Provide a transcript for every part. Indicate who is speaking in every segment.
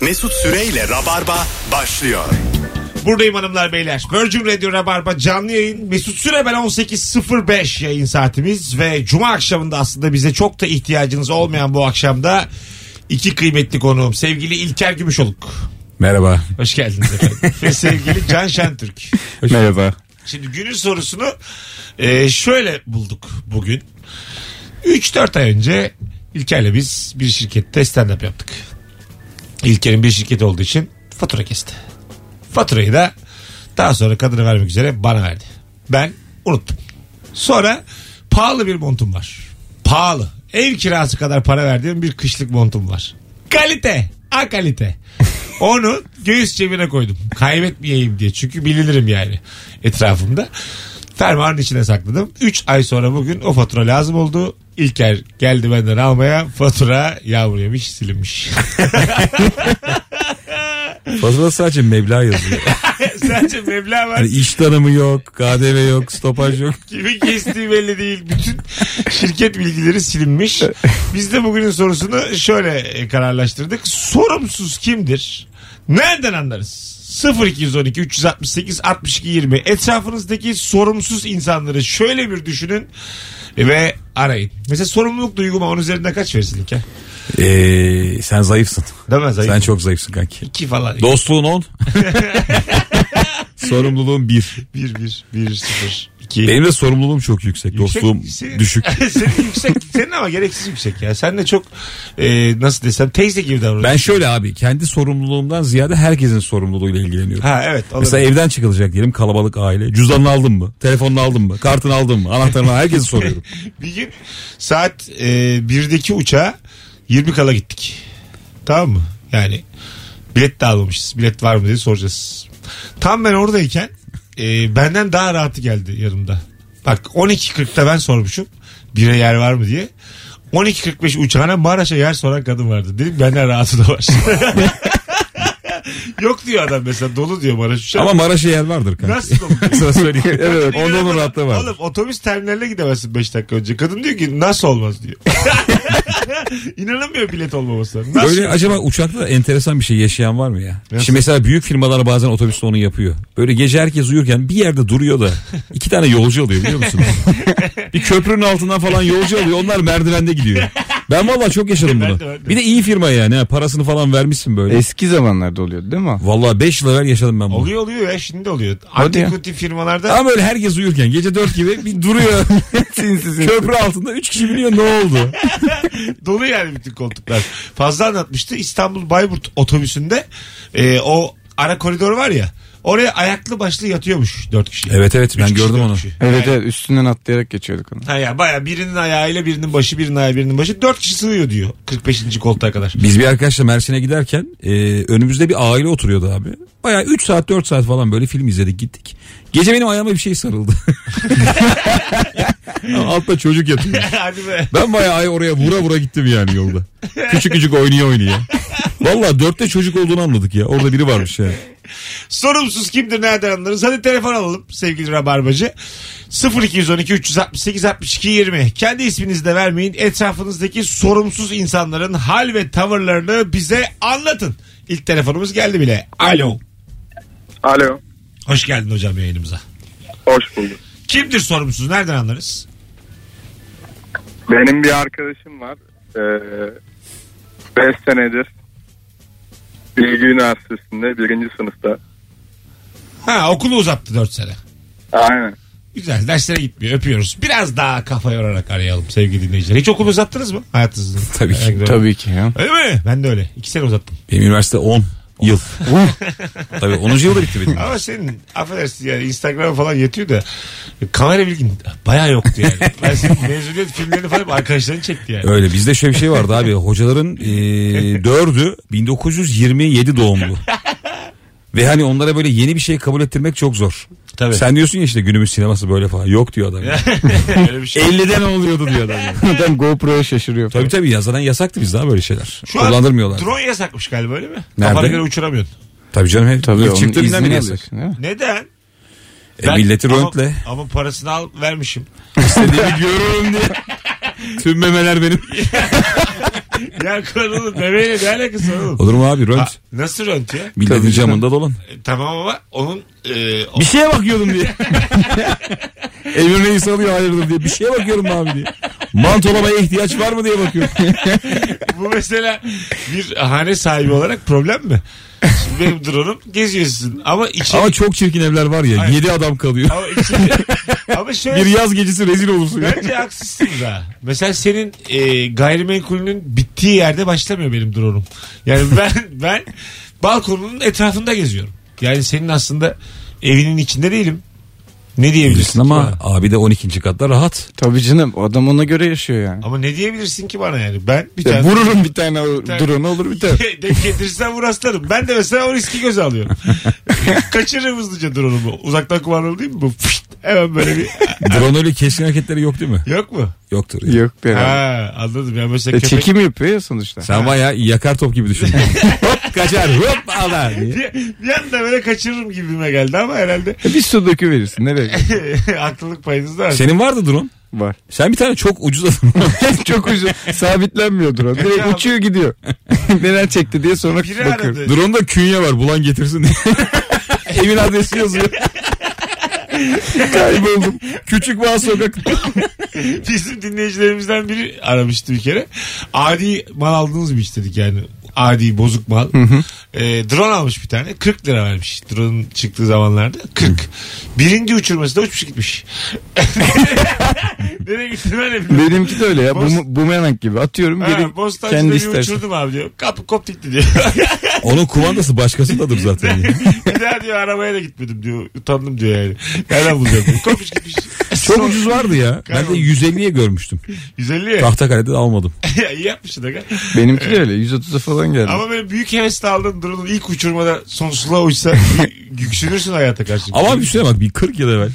Speaker 1: Mesut Süreyle Rabarba başlıyor.
Speaker 2: Buradayım hanımlar beyler. Virgin Radio Rabarba canlı yayın. Mesut Süre ben 18.05 yayın saatimiz ve cuma akşamında aslında bize çok da ihtiyacınız olmayan bu akşamda iki kıymetli konuğum sevgili İlker Gümüşoluk.
Speaker 3: Merhaba.
Speaker 2: Hoş geldiniz efendim. ve sevgili Can Şentürk.
Speaker 3: Merhaba.
Speaker 2: Şimdi günün sorusunu e, şöyle bulduk bugün. 3-4 ay önce İlker'le biz bir şirkette stand-up yaptık. İlker'in bir şirketi olduğu için fatura kesti. Faturayı da daha sonra kadına vermek üzere bana verdi. Ben unuttum. Sonra pahalı bir montum var. Pahalı. Ev kirası kadar para verdiğim bir kışlık montum var. Kalite. A kalite. Onu göğüs cebine koydum. Kaybetmeyeyim diye. Çünkü bilinirim yani etrafımda. Fermuarın içine sakladım. 3 ay sonra bugün o fatura lazım oldu. İlker geldi benden almaya. Fatura yağmur yemiş silinmiş.
Speaker 3: Fazla sadece meblağ yazıyor.
Speaker 2: Sadece meblağ var.
Speaker 3: Yani Hani iş tanımı yok, KDV yok, stopaj yok.
Speaker 2: Kimin kestiği belli değil. Bütün şirket bilgileri silinmiş. Biz de bugünün sorusunu şöyle e, kararlaştırdık. Sorumsuz kimdir? Nereden anlarız? 0212 368 62 20 etrafınızdaki sorumsuz insanları şöyle bir düşünün ve arayın. Mesela sorumluluk duyguma onun üzerinden kaç verirsin ki?
Speaker 3: Ee, sen zayıfsın.
Speaker 2: Değil mi?
Speaker 3: Sen
Speaker 2: Zayıf.
Speaker 3: çok zayıfsın kanki.
Speaker 2: İki falan.
Speaker 3: Dostluğun 10. Sorumluluğum 1.
Speaker 2: bir, bir, bir, sıfır, iki.
Speaker 3: Benim de sorumluluğum çok yüksek. şey.
Speaker 2: Yüksek-
Speaker 3: Dostluğum
Speaker 2: senin-
Speaker 3: düşük.
Speaker 2: senin yüksek. Senin ama gereksiz yüksek ya. Sen de çok e, nasıl desem teyze gibi davranıyorsun.
Speaker 3: Ben şöyle abi kendi sorumluluğumdan ziyade herkesin sorumluluğuyla ilgileniyorum.
Speaker 2: Ha evet. olabilir.
Speaker 3: Mesela evden çıkılacak diyelim kalabalık aile. Cüzdanını aldın mı? Telefonunu aldın mı? Kartını aldın mı? Anahtarını aldın mı? Herkese soruyorum.
Speaker 2: bir gün saat e, 1'deki uçağa 20 kala gittik. Tamam mı? Yani bilet de almamışız. Bilet var mı diye soracağız. Tam ben oradayken e, benden daha rahatı geldi yanımda. Bak 12.40'da ben sormuşum. Bire yer var mı diye. 12.45 uçağına Maraş'a yer soran kadın vardı. Dedim benden rahatı da var. Yok diyor adam mesela dolu diyor Maraş uçağı.
Speaker 3: Ama Maraş'a yer vardır kanka.
Speaker 2: Nasıl dolu?
Speaker 3: Sana söyleyeyim. Evet, evet.
Speaker 2: Bir
Speaker 3: Onda
Speaker 2: yere
Speaker 3: onun
Speaker 2: bana-
Speaker 3: rahatlığı var.
Speaker 2: Oğlum otobüs terminaline gidemezsin 5 dakika önce. Kadın diyor ki nasıl olmaz diyor. İnanamıyor bilet olmamasına. Nasıl?
Speaker 3: Böyle acaba uçakta da enteresan bir şey yaşayan var mı ya? Şimdi mesela büyük firmalar bazen otobüste onu yapıyor. Böyle gece herkes uyurken bir yerde duruyor da iki tane yolcu alıyor biliyor musun? bir köprünün altından falan yolcu alıyor. Onlar merdivende gidiyor. Ben valla çok yaşadım
Speaker 2: Ben
Speaker 3: bunu.
Speaker 2: de, ben de.
Speaker 3: Bir de iyi firma yani. ha, Parasını falan vermişsin böyle.
Speaker 4: Eski zamanlarda oluyordu değil mi?
Speaker 3: Valla 5 yıl evvel yaşadım ben bunu.
Speaker 2: Oluyor oluyor ya şimdi oluyor.
Speaker 4: Hadi ya.
Speaker 2: Antikuti firmalarda
Speaker 3: Ama böyle herkes uyurken gece 4 gibi bir duruyor. Köprü altında 3 kişi biniyor ne oldu?
Speaker 2: dolu yani bütün koltuklar. Fazla anlatmıştı. İstanbul Bayburt otobüsünde e, o ara koridor var ya. Oraya ayaklı başlı yatıyormuş dört kişi.
Speaker 3: Evet, evet,
Speaker 2: Üç
Speaker 3: ben
Speaker 2: kişi,
Speaker 3: gördüm
Speaker 2: dört
Speaker 3: onu.
Speaker 2: kişi.
Speaker 4: Evet evet üstünden atlayarak geçiyorduk onu.
Speaker 2: Ha ya baya birinin ayağıyla birinin başı birinin ayağı birinin başı dört kişi sığıyor diyor 45. koltuğa kadar.
Speaker 3: Biz bir arkadaşla Mersin'e giderken e, önümüzde bir aile oturuyordu abi. Baya 3 saat 4 saat falan böyle film izledik gittik. Gece benim ayağıma bir şey sarıldı. Altta çocuk yatıyor.
Speaker 2: Hadi be.
Speaker 3: Ben bayağı ay oraya vura vura gittim yani yolda. Küçük küçük oynuyor oynuyor. Valla dörtte çocuk olduğunu anladık ya. Orada biri varmış yani.
Speaker 2: Sorumsuz kimdir nereden anlarız? Hadi telefon alalım sevgili Rabarbacı. 0212 368 62 20. Kendi isminizi de vermeyin. Etrafınızdaki sorumsuz insanların hal ve tavırlarını bize anlatın. İlk telefonumuz geldi bile. Alo.
Speaker 5: Alo.
Speaker 2: Hoş geldin hocam yayınımıza.
Speaker 5: Hoş bulduk.
Speaker 2: Kimdir sorumsuz? Nereden anlarız?
Speaker 5: Benim bir arkadaşım var. 5 senedir Bilgi Üniversitesi'nde birinci sınıfta.
Speaker 2: Ha okulu uzattı 4 sene.
Speaker 5: Aynen.
Speaker 2: Güzel derslere gitmiyor öpüyoruz. Biraz daha kafa yorarak arayalım sevgili dinleyiciler. Hiç okulu uzattınız mı hayatınızda?
Speaker 3: Tabii ki.
Speaker 2: Herhangi bir-
Speaker 4: Tabii ki ya.
Speaker 2: Öyle mi? Ben de öyle. 2 sene uzattım.
Speaker 3: Benim üniversite 10 yıl. Tabii 10. yılda bitti benim.
Speaker 2: Ama senin affedersin yani Instagram falan yetiyor da kamera bilgin bayağı yoktu yani. Ben senin mezuniyet filmlerini falan arkadaşların çekti yani.
Speaker 3: Öyle bizde şöyle bir şey vardı abi hocaların e, dördü 1927 doğumlu. Ve hani onlara böyle yeni bir şey kabul ettirmek çok zor.
Speaker 2: Tabii.
Speaker 3: Sen diyorsun ya işte günümüz sineması böyle falan. Yok diyor adam. ya.
Speaker 2: Öyle bir şey.
Speaker 3: 50'den oluyordu diyor adam. ya.
Speaker 4: Adam GoPro'ya şaşırıyor.
Speaker 3: tabii tabii ya zaten yasaktı bizde ha böyle şeyler.
Speaker 2: Şu an
Speaker 3: Kullandırmıyorlar.
Speaker 2: Drone yasakmış galiba öyle mi?
Speaker 3: Nerede?
Speaker 2: Kafana göre uçuramıyorsun.
Speaker 3: Tabii canım hep
Speaker 4: Tabii
Speaker 3: ilk
Speaker 4: onun
Speaker 3: çıktığı günden beri
Speaker 4: iznini
Speaker 3: yasak.
Speaker 4: alıyorsun değil mi?
Speaker 2: Neden?
Speaker 3: E, milleti
Speaker 2: ama-
Speaker 3: röntgle.
Speaker 2: Ama, parasını al vermişim.
Speaker 3: İstediğimi görüyorum diye. Tüm memeler benim.
Speaker 2: ya konunun bebeğiyle ne alakası var oğlum?
Speaker 3: Olur mu abi
Speaker 2: Ha,
Speaker 3: rönt?
Speaker 2: nasıl rönt ya?
Speaker 3: Milletin
Speaker 4: Tabii.
Speaker 3: camında dolan.
Speaker 2: E, tamam ama onun e, o-
Speaker 3: Bir şeye bakıyordum diye. Emir Reis alıyor hayırdır diye. Bir şeye bakıyorum abi diye. Mantolamaya ihtiyaç var mı diye bakıyorum.
Speaker 2: bu mesela bir hane sahibi olarak problem mi? Şimdi benim drone'um geziyorsun ama içeri...
Speaker 3: Ama çok çirkin evler var ya.
Speaker 2: Aynen.
Speaker 3: Yedi adam kalıyor.
Speaker 2: Ama, içeri- ama
Speaker 3: Bir
Speaker 2: şöyle
Speaker 3: yaz gecesi rezil olursun ya.
Speaker 2: Bence haksızsınız ha. Mesela senin e, gayrimenkulünün bittiği yerde başlamıyor benim drone'um. Yani ben ben balkonunun etrafında geziyorum. Yani senin aslında evinin içinde değilim. Ne diyebilirsin
Speaker 3: Bilirsin
Speaker 2: ki
Speaker 3: ama
Speaker 2: bana?
Speaker 3: abi de 12. katta rahat.
Speaker 4: Tabii canım o adam ona göre yaşıyor yani.
Speaker 2: Ama ne diyebilirsin ki bana yani? Ben bir
Speaker 4: Ya
Speaker 2: tane
Speaker 4: vururum bir tane o
Speaker 2: tane-
Speaker 4: drone olur bir tane.
Speaker 2: denk getirirsen vur aslanım. Ben de mesela o riski göze alıyorum. Kaçırırım hızlıca drone'umu. Uzaktan kumandalı değil mi bu? Fışt, hemen böyle bir...
Speaker 3: Drone öyle kesin hareketleri yok değil mi?
Speaker 2: Yok mu?
Speaker 3: Yoktur. ya.
Speaker 4: Yok be. abi.
Speaker 2: Ha, anladım. Ya mesela
Speaker 4: E,
Speaker 2: köpek...
Speaker 4: çekim yapıyor ya sonuçta.
Speaker 3: Sen bayağı yakar top gibi düşün. hop kaçar hop alar diye.
Speaker 2: Bir, bir anda böyle kaçırırım gibime geldi ama herhalde
Speaker 4: E, bir su döküverirsin nereye? kadar?
Speaker 2: aklılık payınız da var.
Speaker 3: Senin vardı drone.
Speaker 4: Var.
Speaker 3: Sen bir tane çok ucuz adamın.
Speaker 4: Çok ucuz. Sabitlenmiyor drone.
Speaker 2: Ya.
Speaker 4: Direkt uçuyor gidiyor. Neler çekti diye sonra
Speaker 2: Biri
Speaker 4: bakıyorum.
Speaker 2: aradı.
Speaker 3: Drone'da künye var bulan getirsin diye. Evin adresi yazıyor. Kayboldum. Küçük Bağ Sokak.
Speaker 2: Bizim dinleyicilerimizden biri aramıştı bir kere. Adi mal aldınız mı hiç dedik yani. Adi bozuk mal. Ee, drone almış bir tane. 40 lira vermiş. Drone'un çıktığı zamanlarda. 40. Birinci uçurması da uçmuş gitmiş. Nereye gittin ben de bilmiyorum.
Speaker 4: Benimki de öyle ya.
Speaker 2: Boz-
Speaker 4: Bu, bumerang gibi. Atıyorum
Speaker 2: Ha,
Speaker 4: geri
Speaker 2: Bostancı'da
Speaker 4: kendi
Speaker 2: bir
Speaker 4: istersen.
Speaker 2: uçurdum abi diyor. Kapı koptik diyor.
Speaker 3: Onun kumandası başkasındadır zaten. ya.
Speaker 2: bir daha diyor arabaya da gitmedim diyor. Utandım diyor yani. Nereden bulacağım diyor. Kopmuş gitmiş.
Speaker 3: Çok ucuz vardı ya. Ben de
Speaker 2: Kayboldu. 150'ye
Speaker 3: 150'ye görmüştüm.
Speaker 2: 150 ya.
Speaker 3: Tahtakale'de de almadım.
Speaker 2: İyi yapmışsın aga.
Speaker 4: Benimki de öyle. 130'a falan geldi.
Speaker 2: Ama böyle büyük hevesle aldığın drone'un ilk uçurmada sonsuzluğa uçsa yüksünürsün hayata karşı.
Speaker 3: Ama bir şeye bak bir 40 yıl evvel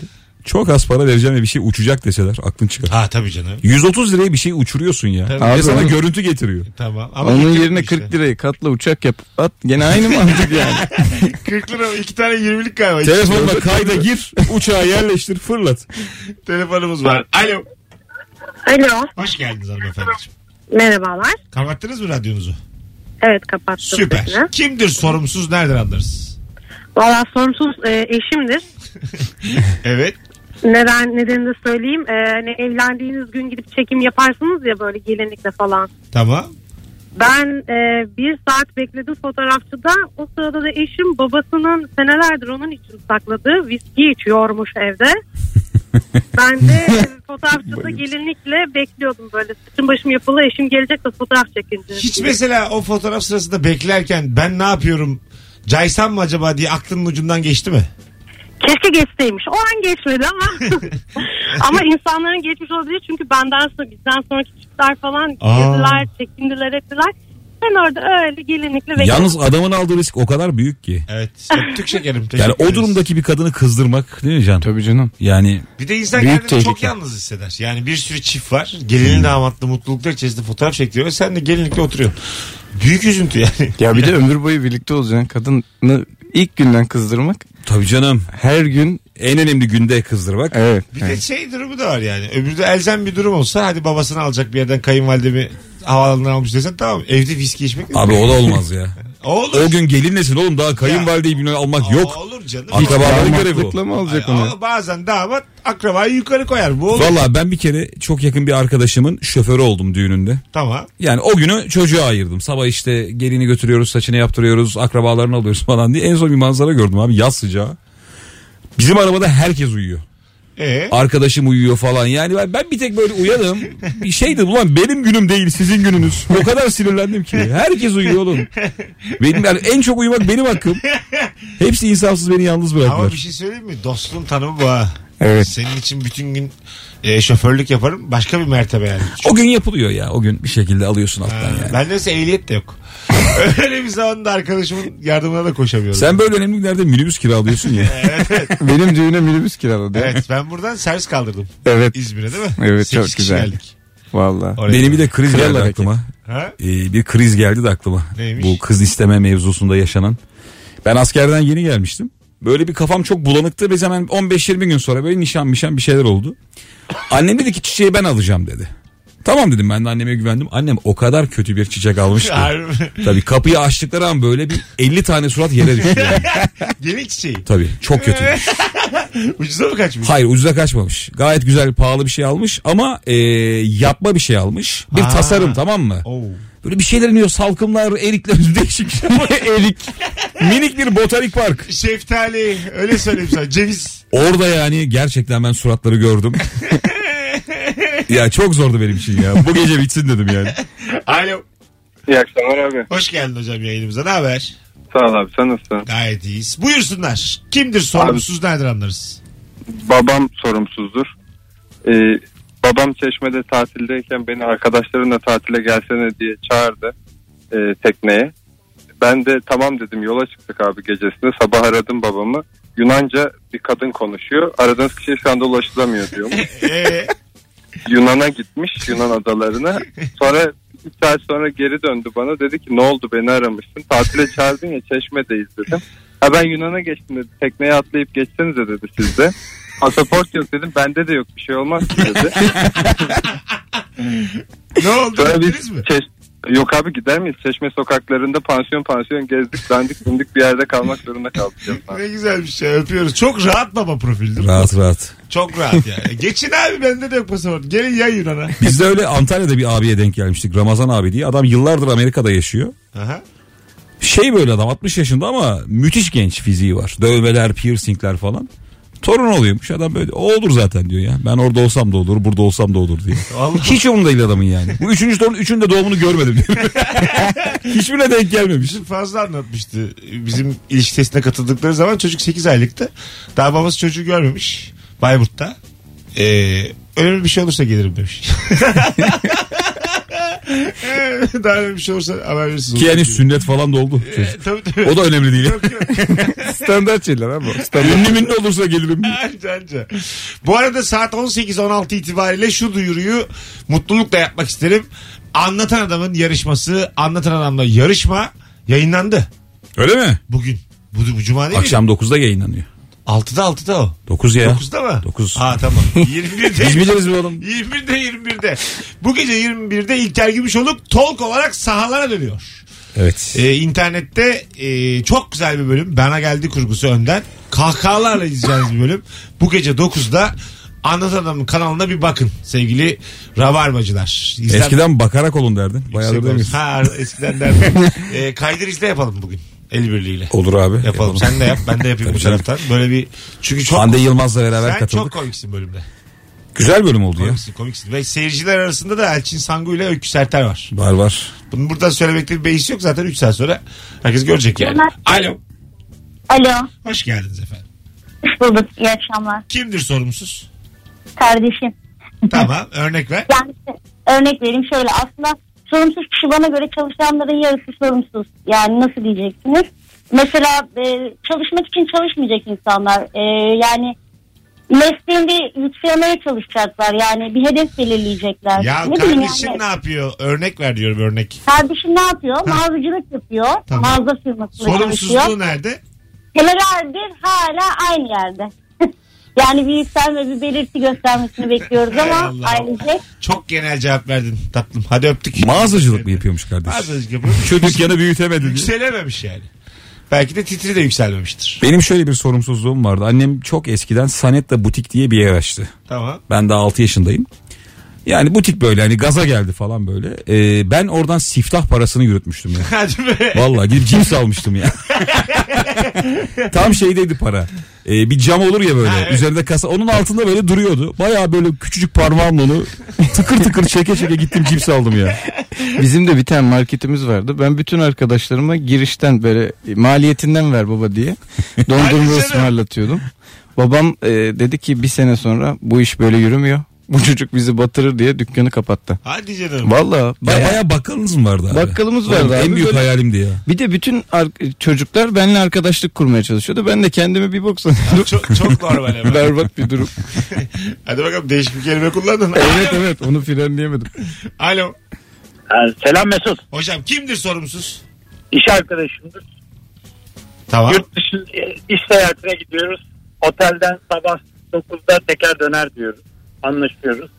Speaker 3: çok az para vereceğim ve bir şey uçacak deseler aklın çıkar.
Speaker 2: Ha tabii canım.
Speaker 3: 130 liraya bir şey uçuruyorsun ya.
Speaker 2: Tabii.
Speaker 3: Ve
Speaker 4: Abi
Speaker 3: sana
Speaker 4: onun-
Speaker 3: görüntü getiriyor.
Speaker 2: Tamam. Ama
Speaker 4: Onun
Speaker 2: getirdim
Speaker 4: yerine
Speaker 2: işte.
Speaker 4: 40 lirayı katla uçak yap. At gene aynı mantık yani.
Speaker 2: 40 lira iki tane 20'lik galiba.
Speaker 3: Telefonla kayda gir, uçağa yerleştir, fırlat.
Speaker 2: Telefonumuz var. Alo.
Speaker 6: Alo.
Speaker 2: Hoş geldiniz hanımefendiciğim.
Speaker 6: Merhabalar.
Speaker 2: Kapattınız mı radyonuzu?
Speaker 6: Evet kapattım.
Speaker 2: Süper.
Speaker 6: sesini.
Speaker 2: Kimdir sorumsuz nereden anlarız?
Speaker 6: Valla sorumsuz e, eşimdir.
Speaker 2: Evet.
Speaker 6: Neden nedenini de söyleyeyim. E, hani evlendiğiniz gün gidip çekim yaparsınız ya böyle gelinlikle falan.
Speaker 2: Tamam.
Speaker 6: Ben e, bir saat bekledim fotoğrafçıda. O sırada da eşim babasının senelerdir onun için sakladığı viski içiyormuş evde. Ben de fotoğrafçıda gelinlikle bekliyordum böyle. Saçım başım yapılı eşim gelecek de fotoğraf çekince.
Speaker 2: Hiç mesela o fotoğraf sırasında beklerken ben ne yapıyorum? Caysam mı acaba diye aklının ucundan geçti mi?
Speaker 6: Keşke geçseymiş. O an geçmedi ama. ama insanların geçmiş olabilir çünkü benden sonra bizden sonraki çiftler falan
Speaker 2: Aa.
Speaker 6: girdiler, çekindiler ettiler. Ben orada öyle gelinlikle ve
Speaker 3: Yalnız adamın aldığı risk o kadar büyük ki.
Speaker 2: Evet. Öptük şekerim.
Speaker 3: Yani
Speaker 2: Teşekkür
Speaker 3: o
Speaker 2: ederiz.
Speaker 3: durumdaki bir kadını kızdırmak değil mi Can?
Speaker 4: Tabii canım.
Speaker 3: Yani
Speaker 2: Bir de insan
Speaker 4: Büyük
Speaker 2: kendini çok
Speaker 4: tehlike.
Speaker 2: yalnız hisseder. Yani bir sürü çift var.
Speaker 3: Hmm.
Speaker 2: Gelinin damatlı mutluluklar içerisinde fotoğraf çekiyor. ve Sen de gelinlikle oturuyorsun. Büyük üzüntü yani.
Speaker 4: Ya bir de ömür boyu birlikte olacaksın. Kadını ilk günden kızdırmak.
Speaker 3: tabii canım.
Speaker 4: Her gün
Speaker 3: En önemli günde kızdırmak.
Speaker 4: evet.
Speaker 2: Bir de şey durumu da var yani. Öbürde elzem bir durum olsa hadi babasını alacak bir yerden kayınvalidemi havaalanından almış desen tamam. Evde viski içmek mi?
Speaker 3: Abi o da olmaz ya.
Speaker 2: Olur.
Speaker 3: O gün gelin nesin oğlum daha kayınvalideyi bilmem almak yok.
Speaker 2: Olur canım.
Speaker 3: Akraba- Babanın görevi
Speaker 4: Damatlıkla mı alacak
Speaker 2: Ay,
Speaker 4: onu?
Speaker 2: ama bazen damat akrabayı yukarı koyar. Bu olur.
Speaker 3: Valla ben bir kere çok yakın bir arkadaşımın şoförü oldum düğününde.
Speaker 2: Tamam.
Speaker 3: Yani o günü çocuğa ayırdım. Sabah işte gelini götürüyoruz, saçını yaptırıyoruz, akrabalarını alıyoruz falan diye. En son bir manzara gördüm abi yaz sıcağı. Bizim arabada herkes uyuyor.
Speaker 2: Ee,
Speaker 3: Arkadaşım uyuyor falan. Yani ben, ben bir tek böyle uyanım. Bir şeydi ulan benim günüm değil sizin gününüz. O kadar sinirlendim ki. Herkes uyuyor oğlum. Benim yani en çok uyumak benim hakkım. Hepsi insafsız beni yalnız
Speaker 2: ama bir
Speaker 3: bıraktılar.
Speaker 2: şey söyleyeyim mi? Dostluğun tanımı bu ha.
Speaker 4: Evet.
Speaker 2: Senin için bütün gün e, şoförlük yaparım. Başka bir mertebe yani.
Speaker 3: O gün yapılıyor ya. O gün bir şekilde alıyorsun alttan yani.
Speaker 2: Ben de mesela ehliyet de yok. Öyle bir zamanda arkadaşımın yardımına da koşamıyorum.
Speaker 3: Sen böyle önemli günlerde minibüs kiralıyorsun ya.
Speaker 4: Benim düğüne minibüs kiraladı.
Speaker 2: Evet ben buradan servis kaldırdım.
Speaker 4: Evet.
Speaker 2: İzmir'e değil mi?
Speaker 4: Evet,
Speaker 2: Sekiz
Speaker 4: çok
Speaker 2: kişi
Speaker 4: güzel.
Speaker 2: geldik
Speaker 4: Valla.
Speaker 2: oraya.
Speaker 3: Benim bir de kriz
Speaker 4: Kral
Speaker 3: geldi
Speaker 4: hareket.
Speaker 3: aklıma.
Speaker 2: Ha?
Speaker 3: Ee, bir kriz geldi de aklıma.
Speaker 2: Neymiş?
Speaker 3: Bu kız isteme mevzusunda yaşanan. Ben askerden yeni gelmiştim. Böyle bir kafam çok bulanıktı. Biz hemen 15-20 gün sonra böyle nişan mişan bir şeyler oldu. Annem dedi ki çiçeği ben alacağım dedi. Tamam dedim ben de anneme güvendim. Annem o kadar kötü bir çiçek almış ki.
Speaker 2: Harbi.
Speaker 3: Tabii kapıyı açtıkları an böyle bir 50 tane surat yere düşüyor.
Speaker 2: Gemi çiçeği.
Speaker 3: Tabii çok kötü.
Speaker 2: Ucuza mı kaçmış?
Speaker 3: Hayır ucuza kaçmamış. Gayet güzel pahalı bir şey almış ama e, yapma bir şey almış. Bir
Speaker 2: Ha.
Speaker 3: tasarım tamam mı?
Speaker 2: Oo.
Speaker 3: Böyle bir şeyler iniyor salkımlar, erikler, değişik şeyler. Erik. Minik bir botanik park.
Speaker 2: Şeftali öyle söyleyeyim sana. Ceviz.
Speaker 3: Orada yani gerçekten ben suratları gördüm. ya çok zordu benim için ya. Bu gece bitsin dedim yani.
Speaker 2: Alo.
Speaker 5: İyi akşamlar abi.
Speaker 2: Hoş geldin hocam yayınımıza. Ne haber?
Speaker 5: Sağ ol abi sen nasılsın?
Speaker 2: Gayet iyiyiz. Buyursunlar. Kimdir sorumsuz nereden anlarız?
Speaker 5: Babam sorumsuzdur. Ee, babam çeşmede tatildeyken beni arkadaşlarımla tatile gelsene diye çağırdı e, tekneye. Ben de tamam dedim yola çıktık abi gecesinde. Sabah aradım babamı. Yunanca bir kadın konuşuyor. Aradığınız kişiye şu anda ulaşılamıyor diyor.
Speaker 2: Ee,
Speaker 5: Yunan'a gitmiş Yunan adalarına. Sonra bir saat sonra geri döndü bana. Dedi ki ne oldu beni aramışsın. Tatile çağırdın ya çeşmedeyiz dedim. Ha ben Yunan'a geçtim dedi. Tekneye atlayıp geçsenize dedi sizde. Pasaport yok dedim. Bende de yok bir şey olmaz ki dedi.
Speaker 2: ne oldu?
Speaker 5: Sonra
Speaker 2: Gittiniz
Speaker 5: biz
Speaker 2: mi?
Speaker 5: çeş- Yok abi gider miyiz? Çeşme sokaklarında pansiyon pansiyon gezdik, dandik dindik bir yerde kalmak zorunda kaldık.
Speaker 2: Ne güzel bir şey öpüyoruz. Çok rahat baba profildir.
Speaker 3: Rahat rahat.
Speaker 2: Çok rahat yani. Geçin abi bende de yok pasaport. Gelin ya Yunan'a.
Speaker 3: Biz de öyle Antalya'da bir abiye denk gelmiştik. Ramazan abi diye. Adam yıllardır Amerika'da yaşıyor.
Speaker 2: Aha.
Speaker 3: Şey böyle adam 60 yaşında ama müthiş genç fiziği var. Dövmeler, piercingler falan. Torun oluyormuş adam böyle o olur zaten diyor ya. Ben orada olsam da olur burada olsam da olur diyor.
Speaker 2: Vallahi.
Speaker 3: Hiç umurunda değil adamın yani. Bu üçüncü torun üçünün de doğumunu görmedim diyor. Hiçbirine denk gelmemiş.
Speaker 2: Yusuf fazla anlatmıştı. Bizim ilişki testine katıldıkları zaman çocuk 8 aylıktı. Daha babası çocuğu görmemiş. Bayburt'ta. Ee, önemli bir şey olursa gelirim demiş. Daha önemli bir şey olursa haber verirsiniz.
Speaker 3: Ki yani sünnet falan da oldu.
Speaker 2: Ee, tabii tabii.
Speaker 3: O da önemli değil.
Speaker 2: Yok, yok.
Speaker 4: Standart şeyler abi. o. Standart.
Speaker 3: Ünlü münlü olursa gelirim.
Speaker 2: Anca, anca. Bu arada saat 18-16 itibariyle şu duyuruyu mutlulukla yapmak isterim. Anlatan adamın yarışması, anlatan adamla yarışma yayınlandı
Speaker 3: Öyle mi?
Speaker 2: bugün. Bu, bu cuma değil mi?
Speaker 3: Akşam 9'da yayınlanıyor.
Speaker 2: 6'da 6'da o.
Speaker 3: 9 ya.
Speaker 2: 9'da mı?
Speaker 3: 9.
Speaker 2: Ha şey E, tamam. 21'de.
Speaker 3: Biz biliriz bu oğlum.
Speaker 2: 21'de 21'de. Bu gece 21'de İlker Gümüşoluk Tolk olarak sahalara dönüyor.
Speaker 3: Evet.
Speaker 2: Ee, internette e, çok güzel bir bölüm. Bana geldi kurgusu önden. Kahkahalarla izleyeceğiniz bir bölüm. Bu gece 9'da Anlatan Adam'ın kanalına bir bakın sevgili Rabarbacılar. İzlen-
Speaker 3: Eskiden bakarak olun derdin. Bayağı
Speaker 2: Yüksek-
Speaker 3: da demiyorsun.
Speaker 2: Ha eskiden derdim. Ee, kaydır izle yapalım bugün. El birliğiyle.
Speaker 3: Olur abi.
Speaker 2: Yapalım. Sen de yap ben de yapayım bu
Speaker 3: Oh, Tabii canım.
Speaker 2: taraftan. Böyle bir çünkü çok
Speaker 3: Hande Yılmaz'la beraber
Speaker 2: sen
Speaker 3: katıldık.
Speaker 2: çok komiksin bölümde.
Speaker 3: Güzel bölüm oldu ya.
Speaker 2: Komiksin komiksin. Ve seyirciler arasında da Elçin Sangu ile Öykü Serter var.
Speaker 3: Var var.
Speaker 2: Bunu buradan söylemekte bir beis yok zaten 3 saat sonra herkes görecek yani. Alo.
Speaker 7: Alo,
Speaker 2: Hoş geldiniz efendim.
Speaker 7: hoş bulduk. İyi akşamlar.
Speaker 2: Kimdir sorumsuz?
Speaker 7: Kardeşim.
Speaker 2: Tamam örnek ver.
Speaker 7: Yani işte örnek vereyim şöyle. Aslında sorumsuz kişi bana göre çalışanların yarısı sorumsuz. Yani nasıl diyeceksiniz? Mesela e, çalışmak için çalışmayacak insanlar. E, yani mesleğinde yükselmeye çalışacaklar. Yani bir hedef belirleyecekler.
Speaker 2: Ya
Speaker 7: bileyim
Speaker 2: kardeşin ne yapıyor? Örnek ver diyorum örnek.
Speaker 7: Kardeşim ne yapıyor? Mağazacılık yapıyor.
Speaker 2: Tamam.
Speaker 7: Mağaza firmasında
Speaker 2: Sorumsuzluğu
Speaker 7: çalışıyor.
Speaker 2: nerede?
Speaker 7: Senelerdir hala aynı yerde. yani bir yükselme, bir belirti göstermesini bekliyoruz
Speaker 2: Ey
Speaker 7: ama
Speaker 2: Allah'ım.
Speaker 7: ailecek
Speaker 2: Çok genel cevap verdin tatlım. Hadi öptük.
Speaker 3: Mağazacılık mı yapıyormuş kardeş?
Speaker 2: Mağazacılık yapıyor.
Speaker 3: Şu dükkanı büyütemedin. diye.
Speaker 2: Yükselememiş yani. Belki de titri de yükselmemiştir.
Speaker 3: Benim şöyle bir sorumsuzluğum vardı. Annem çok eskiden Sanetta Butik diye bir yer açtı.
Speaker 2: Tamam.
Speaker 3: Ben daha 6 yaşındayım. Yani butik böyle hani gaza geldi falan böyle. Ee, ben oradan siftah parasını yürütmüştüm ya.
Speaker 2: Hadi be.
Speaker 3: Vallahi gidip cips almıştım ya. Tam şeydeydi para. Ee, bir cam olur ya böyle.
Speaker 2: Ha, evet.
Speaker 3: Üzerinde kasa. Onun altında böyle duruyordu. Bayağı böyle küçücük parmağımla onu tıkır tıkır çeke çeke gittim cips aldım ya.
Speaker 4: Bizim de bir tane marketimiz vardı. Ben bütün arkadaşlarıma girişten böyle maliyetinden ver baba diye
Speaker 2: Hadi
Speaker 4: dondurma
Speaker 2: canım.
Speaker 4: ısmarlatıyordum. Babam e, dedi ki bir sene sonra bu iş böyle yürümüyor. Bu çocuk bizi batırır diye dükkanı kapattı.
Speaker 2: Hadi canım.
Speaker 4: Vallahi
Speaker 3: Bayağı,
Speaker 4: bayağı.
Speaker 3: bakkalınız mı vardı abi?
Speaker 4: Bakkalımız
Speaker 3: Oğlum,
Speaker 4: vardı
Speaker 3: En
Speaker 4: abi,
Speaker 3: büyük
Speaker 4: böyle-
Speaker 3: hayalimdi ya.
Speaker 4: Bir de bütün ar- çocuklar benimle arkadaşlık kurmaya çalışıyordu. Ben de kendimi bir bok sanıyordum.
Speaker 2: Çok, çok normal ama.
Speaker 4: Berbat bir durum.
Speaker 2: Hadi bakalım değişik bir kelime kullandın.
Speaker 4: evet evet onu frenleyemedim.
Speaker 2: Alo.
Speaker 8: Ee, Selam Mesut.
Speaker 2: Hocam kimdir sorumsuz?
Speaker 8: İş arkadaşımdır.
Speaker 2: Tamam.
Speaker 8: Yurt dışı e, iş seyahatine gidiyoruz. Otelden sabah 9'da teker döner diyoruz. Anlaşıyoruz.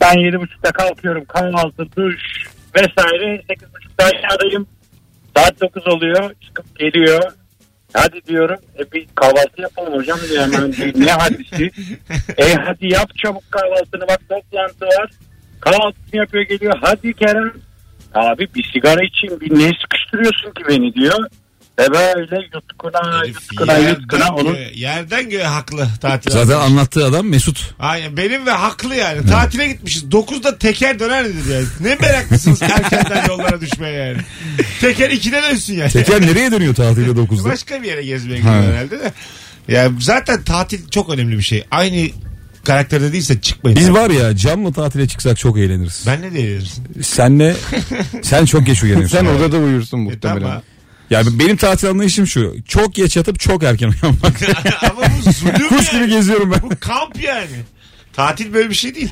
Speaker 8: Ben yedi buçukta kalkıyorum. Kahvaltı, duş vesaire. Sekiz buçukta aşağıdayım. Saat dokuz oluyor. Çıkıp geliyor. Hadi diyorum. E bir kahvaltı yapalım hocam diyor hemen. ne hadisi? E hadi yap çabuk kahvaltını. Bak toplantı var. Kahvaltını yapıyor geliyor. Hadi Kerem. Abi bir sigara için bir ne sıkıştırıyorsun ki beni diyor. E böyle yutkuna
Speaker 2: Herif
Speaker 8: yutkuna yutkuna
Speaker 2: yerden,
Speaker 8: onun
Speaker 2: göğe, yerden göğe haklı tatil.
Speaker 3: Zaten anlattığı adam Mesut.
Speaker 2: Aynen benim ve haklı yani. Tatile gitmişiz. 9'da teker döner dedi yani. Ne meraklısınız erkenden yollara düşmeye yani. Teker 2'de dönsün yani.
Speaker 3: Teker nereye dönüyor tatilde 9'da?
Speaker 2: Başka bir yere gezmeye gidiyor herhalde de. Ya zaten tatil çok önemli bir şey. Aynı karakterde değilse çıkmayın.
Speaker 3: Biz var ya camla tatile çıksak çok eğleniriz.
Speaker 2: Benle de eğlenirsin.
Speaker 3: Senle sen çok geç uyanıyorsun.
Speaker 4: Sen orada da uyursun
Speaker 2: E, tamam.
Speaker 4: muhtemelen.
Speaker 3: Yani benim tatil anlayışım şu. Çok geç yatıp çok erken uyanmak.
Speaker 2: Ama bu zulüm
Speaker 3: Kuş
Speaker 2: yani.
Speaker 3: gibi geziyorum
Speaker 2: Bu
Speaker 3: ben.
Speaker 2: kamp yani. Tatil böyle bir şey değil.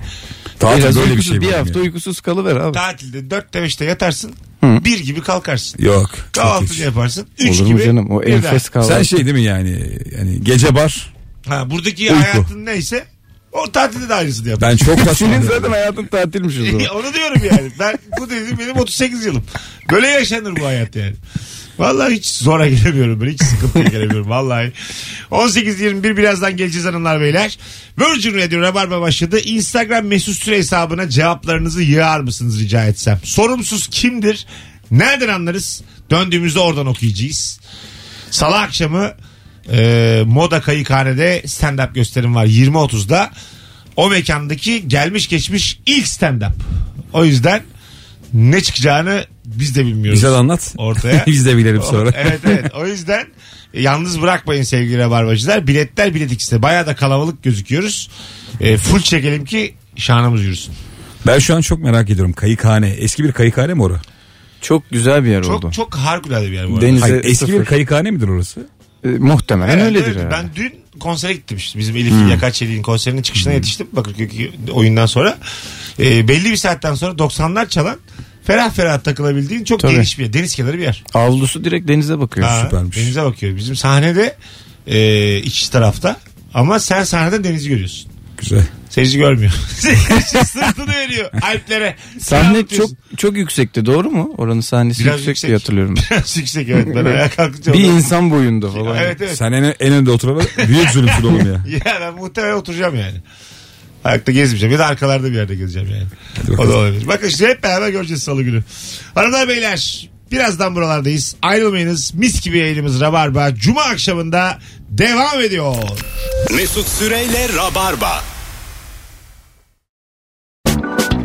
Speaker 3: Tatil
Speaker 4: Biraz
Speaker 3: böyle bir
Speaker 4: uykusuz-
Speaker 3: şey.
Speaker 4: bir
Speaker 3: benim
Speaker 4: hafta
Speaker 3: ya.
Speaker 4: uykusuz kalıver abi.
Speaker 2: Tatilde 4'te 5'te yatarsın. Bir gibi kalkarsın.
Speaker 3: Yok. çok
Speaker 2: Kahvaltını
Speaker 3: geç.
Speaker 2: yaparsın. Üç
Speaker 4: Olur mu
Speaker 2: gibi.
Speaker 4: canım o
Speaker 2: birden.
Speaker 4: enfes kahvaltı.
Speaker 3: Sen şey değil mi yani? Yani gece bar.
Speaker 2: Ha, buradaki
Speaker 3: Uyku.
Speaker 2: hayatın neyse o tatilde de aynısını yap.
Speaker 3: Ben çok
Speaker 4: Senin
Speaker 3: kaçmadım.
Speaker 4: zaten hayatın tatilmiş o zaman.
Speaker 2: Onu diyorum yani. Ben bu dediğim benim 38 yılım. Böyle yaşanır bu hayat yani. Vallahi hiç zora gelemiyorum ben. Hiç sıkıntıya gelemiyorum vallahi. 18.21 birazdan geleceğiz hanımlar beyler. Virgin Radio Rabarba başladı. Instagram mesut süre hesabına cevaplarınızı yığar mısınız rica etsem? Sorumsuz kimdir? Nereden anlarız? Döndüğümüzde oradan okuyacağız. Salı akşamı e, Moda Kayıkhane'de stand-up gösterim var 20.30'da. O mekandaki gelmiş geçmiş ilk stand-up. O yüzden ne çıkacağını biz de bilmiyoruz.
Speaker 3: Bize de anlat.
Speaker 2: Ortaya.
Speaker 3: Biz de bilelim sonra.
Speaker 2: evet evet. O yüzden e, yalnız bırakmayın sevgili rabarbacılar. Biletler bilet ikisi. Bayağı da kalabalık gözüküyoruz. E, full çekelim ki şanımız yürüsün.
Speaker 3: Ben şu an çok merak ediyorum. Kayıkhane. Eski bir kayıkhane mi orası?
Speaker 4: Çok güzel bir yer
Speaker 2: Çok
Speaker 4: oldu.
Speaker 2: çok harikulade bir yer bu arada.
Speaker 4: Deniz- Bize
Speaker 3: Hayır, eski
Speaker 4: sıfır.
Speaker 3: bir kayıkhane midir orası?
Speaker 4: E, muhtemelen
Speaker 2: Herhalde
Speaker 4: öyledir.
Speaker 2: öyle.
Speaker 4: herhalde. Hmm.
Speaker 2: Ben dün konsere gittim işte. Bizim Elif Yakar Çelik'in konserinin çıkışına yetiştim. Bakırköy oyundan sonra. E, belli bir saatten sonra 90'lar çalan ferah ferah takılabildiğin çok
Speaker 4: Tabii.
Speaker 2: geniş bir yer. Deniz kenarı bir yer.
Speaker 4: Avlusu direkt denize bakıyor.
Speaker 2: Ha,
Speaker 3: süpermiş.
Speaker 2: Denize bakıyor. Bizim sahnede e, iç tarafta ama sen sahneden denizi görüyorsun.
Speaker 3: Güzel.
Speaker 2: Seyirci görmüyor. Seyirci sırtını veriyor Alplere. Ne
Speaker 4: Sahne çok
Speaker 2: yapıyorsun?
Speaker 4: çok yüksekti doğru mu? Oranın sahnesi
Speaker 2: Biraz
Speaker 4: yüksek,
Speaker 2: yüksek.
Speaker 4: diye hatırlıyorum.
Speaker 2: Biraz yüksek evet ben ayağa kalkınca.
Speaker 4: bir
Speaker 2: oradan-
Speaker 4: insan boyunda falan.
Speaker 2: Evet evet.
Speaker 3: Sen en, en önde oturana büyük zulümsün oğlum ya.
Speaker 2: Ya ben muhtemelen oturacağım yani. Ayakta gezmeyeceğim ya da arkalarda bir yerde gezeceğim yani. O
Speaker 3: bakalım.
Speaker 2: da olabilir. Bakın işte hep beraber göreceğiz salı günü. Hanımlar beyler birazdan buralardayız. Ayrılmayınız. Mis gibi yayınımız Rabarba. Cuma akşamında devam ediyor.
Speaker 1: Mesut Süreyle Rabarba.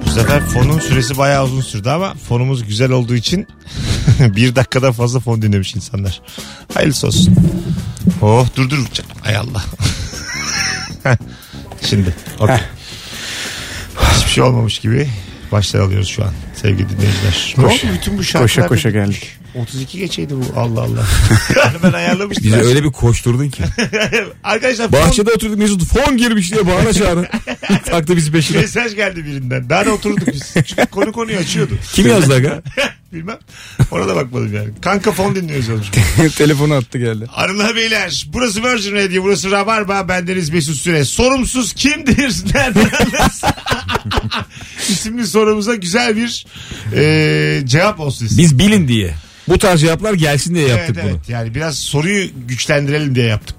Speaker 2: Bu sefer fonun süresi bayağı uzun sürdü ama fonumuz güzel olduğu için bir dakikadan fazla fon dinlemiş insanlar. Hayırlısı olsun. Oh dur dur. Ay Allah. Şimdi. Okey. Hiçbir şey olmamış gibi başlar alıyoruz şu an sevgili dinleyiciler. Ne oldu bütün bu şarkılar?
Speaker 4: koşa koşa geldik.
Speaker 2: 32 geçeydi bu Allah Allah. Yani ben ayarlamıştım.
Speaker 3: Bizi öyle bir koşturdun ki.
Speaker 2: Arkadaşlar fon-
Speaker 3: Bahçede oturduk Mesut fon girmiş diye bağıra çağırın. Taktı bizi peşine.
Speaker 2: mesaj geldi birinden. Daha da oturduk biz. Çünkü konu konuyu açıyordu.
Speaker 3: Kim yazdı aga?
Speaker 2: Bilmem. Ona da bakmadım yani. Kanka fon dinliyoruz oğlum.
Speaker 4: Telefonu attı geldi.
Speaker 2: Hanımlar beyler burası Virgin Radio burası Rabarba bendeniz Mesut Süre. Sorumsuz kimdir? Nereden anlarsın? İsimli sorumuza güzel bir e, cevap olsun istedim.
Speaker 3: Biz bilin diye. Bu tarz cevaplar gelsin diye yaptık
Speaker 2: evet, evet. Yani biraz soruyu güçlendirelim diye yaptık.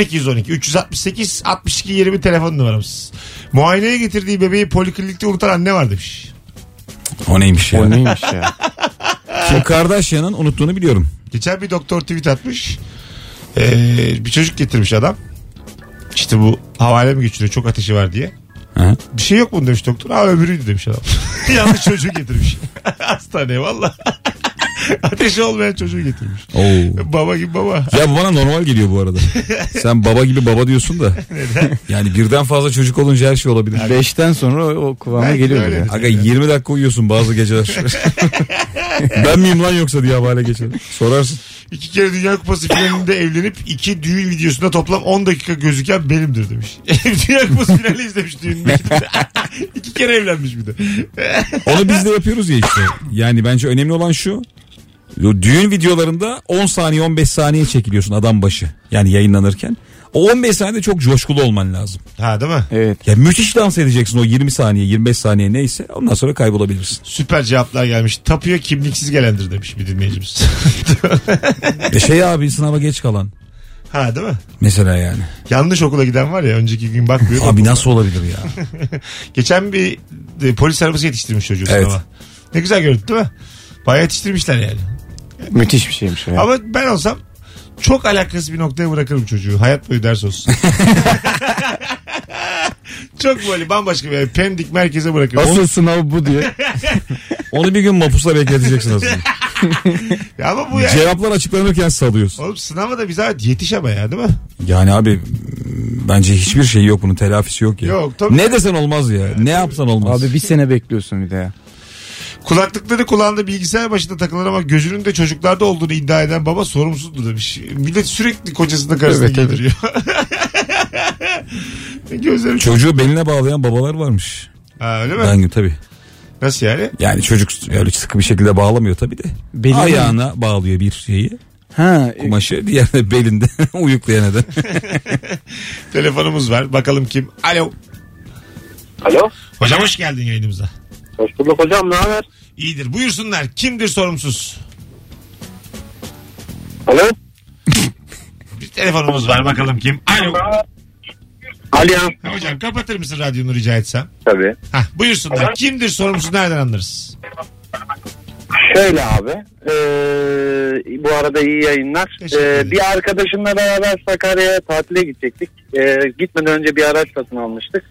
Speaker 2: 0212 368 62 20 telefon numaramız. Muayeneye getirdiği bebeği poliklinikte unutan anne var demiş.
Speaker 3: bunu. O neymiş
Speaker 4: O
Speaker 3: ya?
Speaker 4: neymiş ya?
Speaker 3: Kim Kardashian'ın unuttuğunu biliyorum.
Speaker 2: Geçen bir doktor tweet atmış. Ee, bir çocuk getirmiş adam. İşte bu havale mi geçiriyor çok ateşi var diye.
Speaker 3: Hı.
Speaker 2: Bir şey yok mu demiş doktor. Aa öbürüydü demiş adam. Yanlış çocuğu getirmiş. Hastaneye valla. ateşi olmayan çocuğu getirmiş.
Speaker 3: Oo.
Speaker 2: Baba gibi baba.
Speaker 3: Ya bu bana normal geliyor bu arada. Sen baba gibi baba diyorsun da. Yani birden fazla çocuk olunca her şey olabilir.
Speaker 4: Beşten sonra o, o kıvama
Speaker 2: Belki de
Speaker 4: geliyor ya.
Speaker 2: öyledir.
Speaker 3: Aga 20 dakika uyuyorsun bazı geceler. ben miyim lan yoksa diye havale geçer. Sorarsın.
Speaker 2: İki kere Dünya Kupası finalinde evlenip iki düğün videosunda toplam 10 dakika gözüken benimdir demiş. Dünya Kupası finali izlemiş düğünde. iki kere evlenmiş bir de.
Speaker 3: Onu biz de yapıyoruz ya işte. Yani bence önemli olan şu. Yo, Düğün videolarında 10 saniye 15 saniye çekiliyorsun adam başı. Yani yayınlanırken. O 15 saniyede çok coşkulu olman lazım.
Speaker 2: Ha değil mi?
Speaker 4: Evet.
Speaker 3: Ya müthiş dans edeceksin o 20 saniye 25 saniye neyse ondan sonra kaybolabilirsin.
Speaker 2: Süper cevaplar gelmiş. Tapuya kimliksiz gelendir demiş bir dinleyicimiz.
Speaker 3: E şey abi sınava geç kalan
Speaker 2: ha değil mi?
Speaker 3: mesela yani.
Speaker 2: Yanlış okula giden var ya önceki gün bakmıyor.
Speaker 3: Abi nasıl olabilir ya?
Speaker 2: Geçen bir e, polis arabası yetiştirmiş çocuğu
Speaker 3: Evet.
Speaker 2: sınava. Ne güzel görüntü değil mi? Bayağı yetiştirmişler yani.
Speaker 4: Müthiş bir şeymiş o ya.
Speaker 2: Ama ben olsam çok alakasız bir noktaya bırakırım çocuğu. Hayat boyu ders olsun. çok böyle bambaşka bir yer. Pendik merkeze bırakırım.
Speaker 4: Asıl sınav bu diye.
Speaker 3: Onu bir gün mapusta bekleteceksin aslında.
Speaker 2: Ya ama bu ya.
Speaker 3: Cevaplar açıklanırken salıyorsun.
Speaker 2: Oğlum sınava da bir zahmet yetiş ama ya değil mi?
Speaker 3: Yani abi bence hiçbir şey yok bunun telafisi yok ya.
Speaker 2: Yok, tabii.
Speaker 3: Ne desen olmaz ya. Ne yapsan olmaz.
Speaker 4: Abi bir sene bekliyorsun bir de ya.
Speaker 2: Kulaklıkları kulağında bilgisayar başında takılır ama gözünün de çocuklarda olduğunu iddia eden baba sorumsuzdur demiş. Millet sürekli kocasını karısını
Speaker 4: Evet, evet.
Speaker 2: güldürüyor. Gözleri çok...
Speaker 3: Çocuğu beline bağlayan babalar varmış.
Speaker 2: Ha, öyle mi?
Speaker 3: Ben gibi tabii.
Speaker 2: Nasıl yani?
Speaker 3: Yani çocuk öyle sıkı bir şekilde bağlamıyor tabii de.
Speaker 4: Beline-
Speaker 3: Ayağına bağlıyor bir şeyi.
Speaker 4: Ha, e,
Speaker 3: Kumaşı diğer de belinde uyuklayan da.
Speaker 2: Telefonumuz var. Bakalım kim? Alo.
Speaker 8: Alo.
Speaker 2: Hocam hoş geldin yayınımıza.
Speaker 8: Hoş bulduk hocam ne haber?
Speaker 2: İyidir. Buyursunlar. Kimdir sorumsuz?
Speaker 8: Alo.
Speaker 2: Bir telefonumuz var. Bakalım kim? Alo.
Speaker 8: Alo.
Speaker 2: Ha, Hocam kapatır mısın radyonu rica etsem?
Speaker 8: Tabii.
Speaker 2: Hah, buyursunlar. Kimdir sorumsuz? Nereden anlarız?
Speaker 8: Şöyle abi.
Speaker 5: E,
Speaker 8: eee, bu arada iyi yayınlar.
Speaker 2: Teşekkür
Speaker 8: Eee,
Speaker 2: ederim.
Speaker 8: Ee, bir arkadaşımla beraber Sakarya'ya tatile gidecektik. Eee, gitmeden önce bir araç satın almıştık.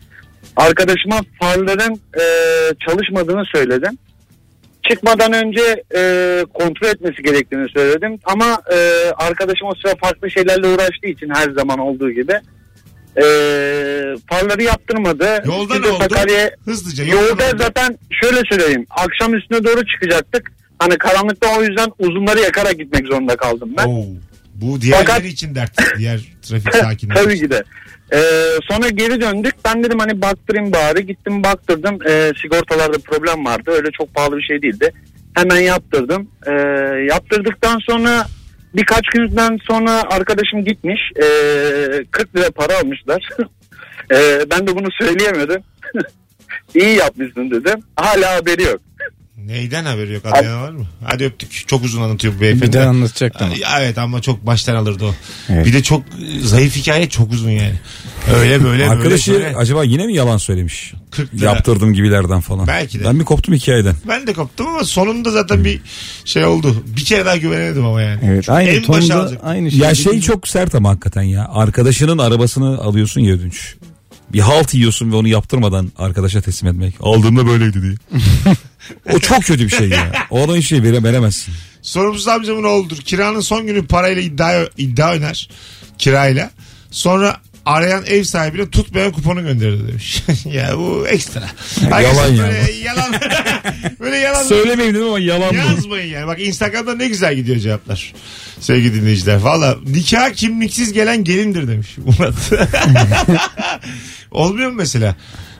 Speaker 8: Arkadaşıma farların eee, çalışmadığını söyledim. Çıkmadan önce eee, kontrol etmesi gerektiğini söyledim. Ama eee, arkadaşım o sıra farklı şeylerle uğraştığı için her zaman olduğu gibi eee, farları yaptırmadı.
Speaker 2: Yolda
Speaker 8: Biz
Speaker 2: ne
Speaker 8: de
Speaker 2: oldu?
Speaker 8: Sakarya'ya-
Speaker 2: Hızlıca. yolda ne
Speaker 8: Yolda
Speaker 2: oldu?
Speaker 8: zaten şöyle söyleyeyim. Akşam üstüne doğru çıkacaktık. Hani karanlıkta o yüzden uzunları yakarak gitmek zorunda kaldım ben.
Speaker 2: Oo, bu diğerleri
Speaker 8: Fakat-
Speaker 2: için dert. Diğer trafik sakinleri.
Speaker 8: Tabii ki de. Ee, sonra geri döndük. Ben dedim hani baktırayım bari. Gittim baktırdım. Ee, sigortalarda problem vardı. Öyle çok pahalı bir şey değildi. Hemen yaptırdım. Ee, yaptırdıktan sonra birkaç günden sonra arkadaşım gitmiş. Ee, 40 lira para almışlar. Ee, ben de bunu söyleyemedim. İyi yapmışsın dedim. Hala haberi yok.
Speaker 2: Neyden haberi yok? Adayana var mı? Hadi öptük. Çok uzun anlatıyor bu beyefendi.
Speaker 4: bir de anlatacaktım.
Speaker 2: Ay, Evet ama çok baştan alırdı o.
Speaker 4: Evet.
Speaker 2: Bir de çok e, zayıf hikaye çok uzun yani. Öyle böyle
Speaker 3: Arkadaşı
Speaker 2: böyle. böyle.
Speaker 3: acaba yine mi yalan söylemiş?
Speaker 2: 40 lira.
Speaker 3: Yaptırdım gibilerden falan.
Speaker 2: Belki de.
Speaker 3: Ben bir koptum hikayeden.
Speaker 2: Ben de koptum ama sonunda zaten bir şey oldu. Bir kere daha güvenemedim ama yani.
Speaker 4: Evet.
Speaker 2: Çünkü en
Speaker 4: Aynı
Speaker 2: başa
Speaker 4: tonda
Speaker 2: alacak.
Speaker 4: aynı şey.
Speaker 3: Ya şey çok sert ama hakikaten ya. Arkadaşının arabasını alıyorsun ya ödünç. Bir halt yiyorsun ve onu yaptırmadan arkadaşa teslim etmek. Aldığımda böyleydi diye. o çok kötü bir şey ya. O adam hiçbir şey vere- veremezsin.
Speaker 2: Sorumsuz amcamın oğludur. Kiranın son günü parayla iddia, iddia oynar. Kirayla. Sonra arayan ev sahibine tutmayan kuponu gönderir demiş. ya bu ekstra. Arkadaşlar
Speaker 3: ya.
Speaker 2: böyle Yalan. böyle yalan.
Speaker 3: Söylemeyeyim dedim ama yalan bu.
Speaker 2: Yazmayın yani. Bak Instagram'da ne güzel gidiyor cevaplar. Sevgili dinleyiciler. Valla nikah kimliksiz gelen gelindir demiş Murat. Olmuyor mu mesela?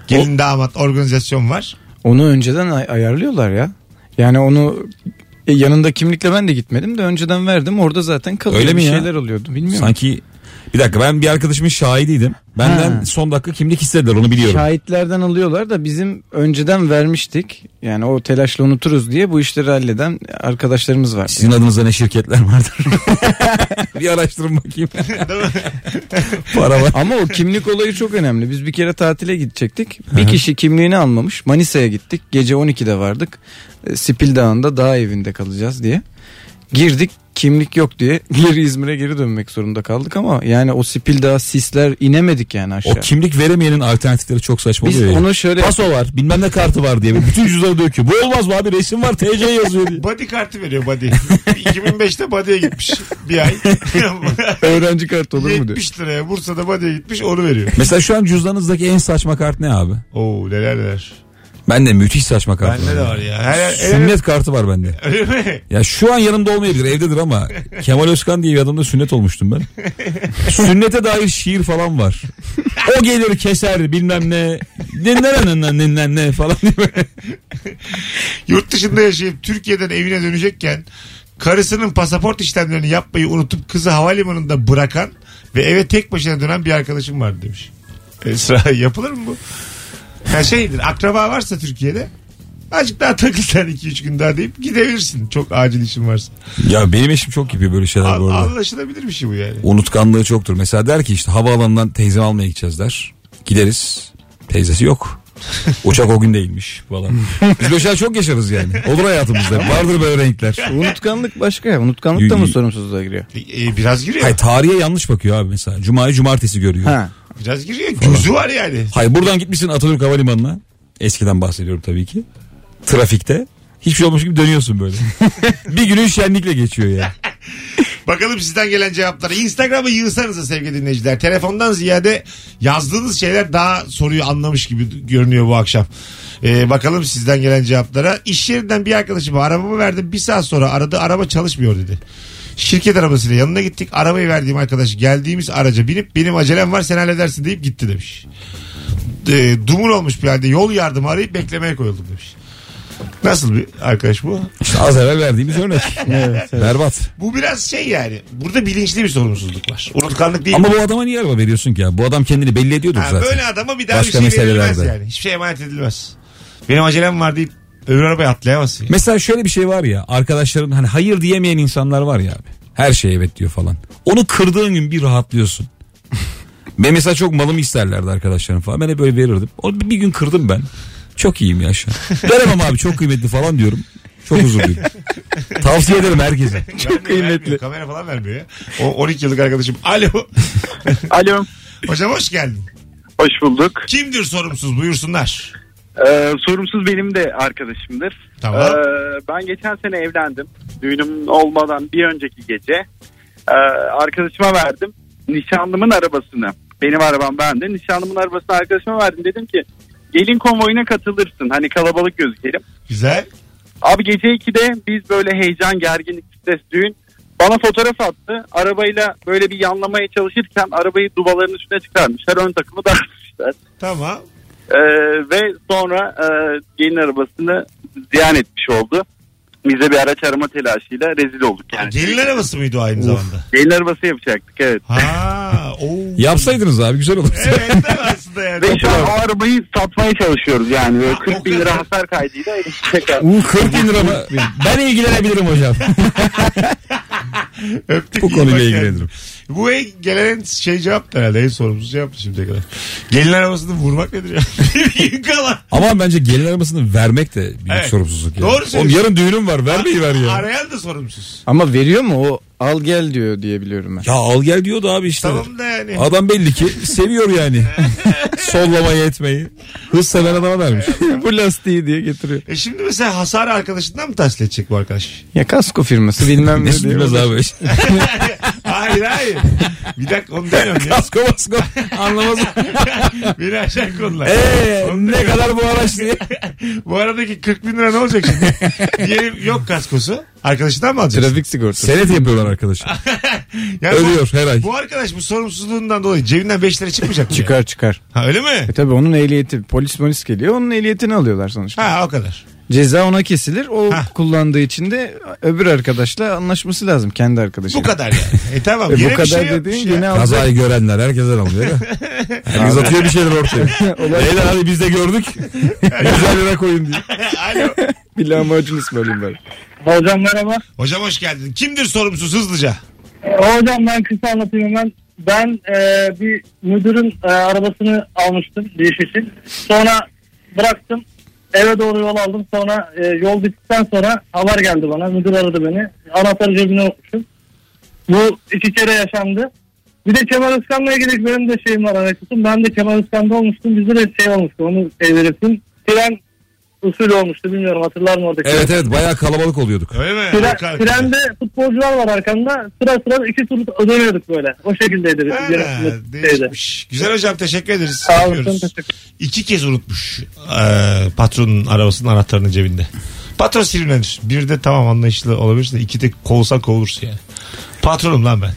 Speaker 2: Gelin damat organizasyon var.
Speaker 4: Onu önceden ay- ayarlıyorlar ya. Yani onu e, yanında kimlikle ben de gitmedim de önceden verdim. Orada zaten kalıyor.
Speaker 3: Öyle mi
Speaker 4: bir
Speaker 3: ya?
Speaker 4: şeyler oluyordu. Bilmiyorum.
Speaker 3: Sanki bir dakika ben bir arkadaşımın şahidiydim. Benden
Speaker 4: Ha.
Speaker 3: son dakika kimlik istediler onu biliyorum.
Speaker 4: Şahitlerden alıyorlar da bizim önceden vermiştik. Yani o telaşla unuturuz diye bu işleri halleden arkadaşlarımız var.
Speaker 3: Sizin adınıza ne şirketler vardır? bir araştırın bakayım.
Speaker 2: Değil mi?
Speaker 3: Para var.
Speaker 4: Ama o kimlik olayı çok önemli. Biz bir kere tatile gidecektik. Bir kişi kimliğini almamış. Manisa'ya gittik. Gece 12'de vardık. E, Sipil Dağı'nda dağ evinde kalacağız diye. Girdik kimlik yok diye geri İzmir'e geri dönmek zorunda kaldık ama yani o Sipil Dağı sisler inemedik yani aşağı.
Speaker 3: O kimlik veremeyenin alternatifleri çok saçma
Speaker 4: Biz
Speaker 3: oluyor ya.
Speaker 4: onu şöyle
Speaker 3: Paso var bilmem ne kartı var diye. Bütün cüzdanı döküyor. Bu olmaz mı abi resim var TC yazıyor diye.
Speaker 2: Body kartı veriyor body. 2005'te body'ye gitmiş bir ay.
Speaker 4: öğrenci kartı olur mu diyor.
Speaker 2: 70 liraya Bursa'da body'ye gitmiş onu veriyor.
Speaker 3: Mesela şu an cüzdanınızdaki en saçma kart ne abi?
Speaker 2: Oo neler neler.
Speaker 3: Ben de müthiş saçma kart
Speaker 2: Bende de var ya. Her, her,
Speaker 3: Sünnet kartı var bende.
Speaker 2: E, öyle mi?
Speaker 3: Ya şu an yanımda olmayabilir evdedir ama Kemal Özkan diye bir adamda sünnet olmuştum ben. Sünnete dair şiir falan var. O gelir keser bilmem ne. Dinlen ne ne falan diye. böyle.
Speaker 2: Yurt dışında yaşayıp Türkiye'den evine dönecekken karısının pasaport işlemlerini yapmayı unutup kızı havalimanında bırakan ve eve tek başına dönen bir arkadaşım vardı demiş. Esra yapılır mı bu? Her şeydir. Akraba varsa Türkiye'de azıcık daha takıl sen 2-3 gün daha deyip gidebilirsin. Çok acil işin varsa.
Speaker 3: Ya benim eşim çok gibi böyle şeyler bu
Speaker 2: An-
Speaker 3: arada.
Speaker 2: anlaşılabilir bir şey bu yani.
Speaker 3: Unutkanlığı çoktur. Mesela der ki işte havaalanından teyzemi almaya gideceğiz der. Gideriz. Teyzesi yok. Uçak o gün değilmiş falan. Biz böyle şeyler çok yaşarız yani. Olur hayatımızda. Vardır böyle renkler.
Speaker 4: Unutkanlık başka ya. Unutkanlık da mı sorumsuzluğa giriyor?
Speaker 2: E, e, biraz giriyor.
Speaker 3: Hayır tarihe yanlış bakıyor abi mesela. Cuma'yı cumartesi görüyor.
Speaker 4: Ha.
Speaker 2: Biraz giriyor. Gözü var yani.
Speaker 3: Hayır buradan gitmişsin Atatürk Havalimanı'na. Eskiden bahsediyorum tabii ki. Trafikte. Hiçbir şey olmuş gibi dönüyorsun böyle. bir günün şenlikle geçiyor ya.
Speaker 2: Bakalım sizden gelen cevaplara. Instagram'ı yığsanıza sevgili dinleyiciler. Telefondan ziyade yazdığınız şeyler daha soruyu anlamış gibi görünüyor bu akşam. Ee, bakalım sizden gelen cevaplara. İş yerinden bir arkadaşıma arabamı verdim. Bir saat sonra aradı araba çalışmıyor dedi. Şirket arabasıyla yanına gittik. Arabayı verdiğim arkadaş geldiğimiz araca binip benim acelem var sen halledersin deyip gitti demiş. Ee, dumur olmuş bir halde yol yardımı arayıp beklemeye koyuldum demiş. Nasıl bir arkadaş bu?
Speaker 3: İşte az evvel verdiğimiz örnek. Berbat.
Speaker 2: Bu biraz şey yani. Burada bilinçli bir sorumsuzluk var. Unutkanlık değil.
Speaker 3: Ama bu adama niye araba veriyorsun ki ya? Bu adam kendini belli ediyordur
Speaker 2: Ha,
Speaker 3: zaten.
Speaker 2: böyle adama bir daha
Speaker 3: Başka
Speaker 2: bir şey verilmez
Speaker 3: meselelerde.
Speaker 2: yani. Hiçbir şey emanet edilmez. Benim acelem var deyip öbür arabaya atlayamazsın. yani.
Speaker 3: Mesela şöyle bir şey var ya. Arkadaşların hani hayır diyemeyen insanlar var ya abi. Her şeye evet diyor falan. Onu kırdığın gün bir rahatlıyorsun. ben mesela çok malımı isterlerdi arkadaşlarım falan. Ben hep böyle verirdim. Onu bir gün kırdım ben. Çok iyiyim ya şu an. Veremem abi çok kıymetli falan diyorum. Çok huzurluyum. Tavsiye ederim herkese.
Speaker 2: Vermiyor, vermiyor. Kamera falan vermiyor ya. O 12 yıllık arkadaşım. Alo.
Speaker 5: Alo.
Speaker 2: Hocam hoş geldin.
Speaker 5: Hoş bulduk.
Speaker 2: Kimdir sorumsuz buyursunlar.
Speaker 5: Ee, sorumsuz benim de arkadaşımdır.
Speaker 2: Tamam.
Speaker 5: Ee, ben geçen sene evlendim. Düğünüm olmadan bir önceki gece ee, arkadaşıma verdim nişanlımın arabasını. Benim arabam bende. Nişanlımın arabasını arkadaşıma verdim. Dedim ki gelin konvoyuna katılırsın. Hani kalabalık gözükelim.
Speaker 2: Güzel.
Speaker 5: Abi gece 2'de biz böyle heyecan, gerginlik, stres, düğün. Bana fotoğraf attı. Arabayla böyle bir yanlamaya çalışırken arabayı dubaların üstüne çıkarmışlar. Ön takımı dağıtmışlar.
Speaker 2: Tamam.
Speaker 5: Ee, ve sonra e, gelin arabasını ziyan etmiş oldu. Bize bir araç arama telaşıyla rezil olduk yani.
Speaker 2: Gelin arabası mıydı o aynı zamanda?
Speaker 5: Gelin arabası yapacaktık evet.
Speaker 2: Ha, o.
Speaker 3: Yapsaydınız abi güzel olurdu.
Speaker 2: Evet değil mi aslında yani.
Speaker 5: Ve şu an o arabayı satmaya çalışıyoruz yani. Böyle
Speaker 2: Ha, o
Speaker 5: 40 bin lira
Speaker 2: kadar.
Speaker 5: hasar kaydıyla erişecek abi.
Speaker 3: 40 bin lira mı? Ben ilgilenebilirim hocam.
Speaker 2: Öptük.
Speaker 3: Bu
Speaker 2: iyi
Speaker 3: konuyla
Speaker 2: bak
Speaker 3: ilgilenirim.
Speaker 2: kendine. Bu en- gelen en şey cevap da herhalde en sorumsuz cevaptı şimdiye kadar. Gelin arabasını vurmak nedir ya? Bir gün kala.
Speaker 3: Ama bence gelin arabasını vermek de büyük
Speaker 2: Evet.
Speaker 3: sorumsuzluk.
Speaker 2: Doğru
Speaker 3: Yani. Oğlum
Speaker 2: söylüyorsun.
Speaker 3: yarın düğünüm var vermeyi ver ya.
Speaker 2: Arayan da sorumsuz.
Speaker 4: Ama veriyor mu o al gel diyor diye biliyorum ben.
Speaker 3: Ya al gel diyordu abi işte.
Speaker 2: Tamam da yani.
Speaker 3: Adam belli ki seviyor yani. Sollamayı etmeyi. Hız seven adama vermiş.
Speaker 4: Bu lastiği diye getiriyor.
Speaker 2: E şimdi mesela hasar arkadaşından mı tahsil edecek bu arkadaş?
Speaker 4: Ya kasko firması bilmem ne
Speaker 3: Ne
Speaker 4: diyor.
Speaker 3: bilmez abi.
Speaker 2: hayır hayır. Bir dakika onu demiyorum ya.
Speaker 3: Kasko basko anlamaz.
Speaker 2: Ee, Beni aşağı konular.
Speaker 3: Eee ne kadar bu araç diye.
Speaker 2: Bu aradaki 40 bin lira ne olacak şimdi? Diyelim yok kaskosu. Arkadaşından mı alacaksın?
Speaker 4: Trafik sigortası.
Speaker 3: Senet yapıyorlar arkadaşım.
Speaker 2: Yani
Speaker 3: Ölüyor her ay.
Speaker 2: Bu, bu arkadaş bu sorumsuzluğundan dolayı cebinden 5 lira çıkmayacak mı?
Speaker 4: Çıkar çıkar.
Speaker 2: yani? Ha, öyle mi?
Speaker 4: E tabi onun ehliyeti polis polis geliyor onun ehliyetini alıyorlar sonuçta.
Speaker 2: Ha o kadar.
Speaker 4: Ceza ona kesilir o
Speaker 2: Ha.
Speaker 4: kullandığı için de öbür arkadaşla anlaşması lazım kendi arkadaşıyla.
Speaker 2: Bu kadar yani. E tamam.
Speaker 4: E
Speaker 2: yine
Speaker 4: bu
Speaker 2: bir
Speaker 4: kadar
Speaker 2: şey yapmış
Speaker 4: dediğin
Speaker 2: ya.
Speaker 4: yine al.
Speaker 3: Kazayı görenler herkesten alıyor. ya. Herkes atıyor bir şeyler ortaya. Beyler hadi biz de gördük. Güzel lira koyun diye.
Speaker 2: Alo.
Speaker 4: Bir lahmacun ısmarlayayım ben.
Speaker 8: Hocam merhaba.
Speaker 2: Hocam hoş geldin. Kimdir sorumsuz hızlıca?
Speaker 8: Hocam E, ben kısa anlatayım ben. Ben e, bir müdürün e, arabasını almıştım bir iş için. Sonra bıraktım. Eve doğru yol aldım. Sonra e, yol bittikten sonra haber geldi bana. Müdür aradı beni. Anahtarı cebine unutmuşum. Bu iki kere yaşandı. Bir de Kemal Özkan'la ilgili benim de şeyim var anekdotum. Ben de Kemal Özkan'da olmuştum. Bizde de şey olmuştu. Onu evretim. Tren usulü olmuştu. Bilmiyorum hatırlar mı oradaki?
Speaker 3: Evet evet bayağı kalabalık oluyorduk.
Speaker 2: Öyle mi?
Speaker 8: Tren,
Speaker 2: Yok arkadaş.
Speaker 8: trende futbolcular var arkamda. Sıra sıra iki tur ödemiyorduk böyle. O şekildeydi.
Speaker 2: Ha, şey
Speaker 8: yönetimde şeydi.
Speaker 2: değişmiş. Güzel hocam teşekkür ederiz.
Speaker 8: Sağ olun.
Speaker 2: Öpüyoruz.
Speaker 8: teşekkür-
Speaker 2: İki kez unutmuş eee, patronun arabasının anahtarını cebinde. Patron sinirlenir. Bir de tamam anlayışlı olabilirsin de iki de kovsan kovulursun yani. Patronum lan ben.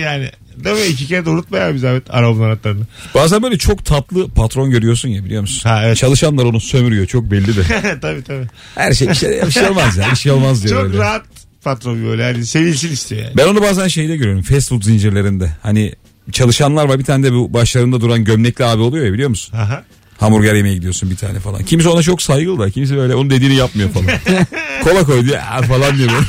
Speaker 2: yani Değil mi? İki kere de unutma ya bir zahmet arabamın anahtarını.
Speaker 3: Bazen böyle çok tatlı patron görüyorsun ya biliyor musun?
Speaker 2: Ha, evet.
Speaker 3: Çalışanlar onu sömürüyor çok belli de.
Speaker 2: tabii tabii.
Speaker 3: Her şey bir şey, bir şey olmaz ya bir şey olmaz diyor
Speaker 2: Çok
Speaker 3: öyle.
Speaker 2: rahat patron böyle. Hani sevilsin istiyor yani.
Speaker 3: Ben onu bazen şeyde görüyorum fast food zincirlerinde. Hani çalışanlar var bir tane de bu başlarında duran gömlekli abi oluyor ya biliyor musun?
Speaker 2: Aha.
Speaker 3: Hamburger yemeye gidiyorsun bir tane falan. Kimse ona çok saygılı da kimse böyle onun dediğini yapmıyor falan. Kola koy diyor "Aa," falan diyor. böyle.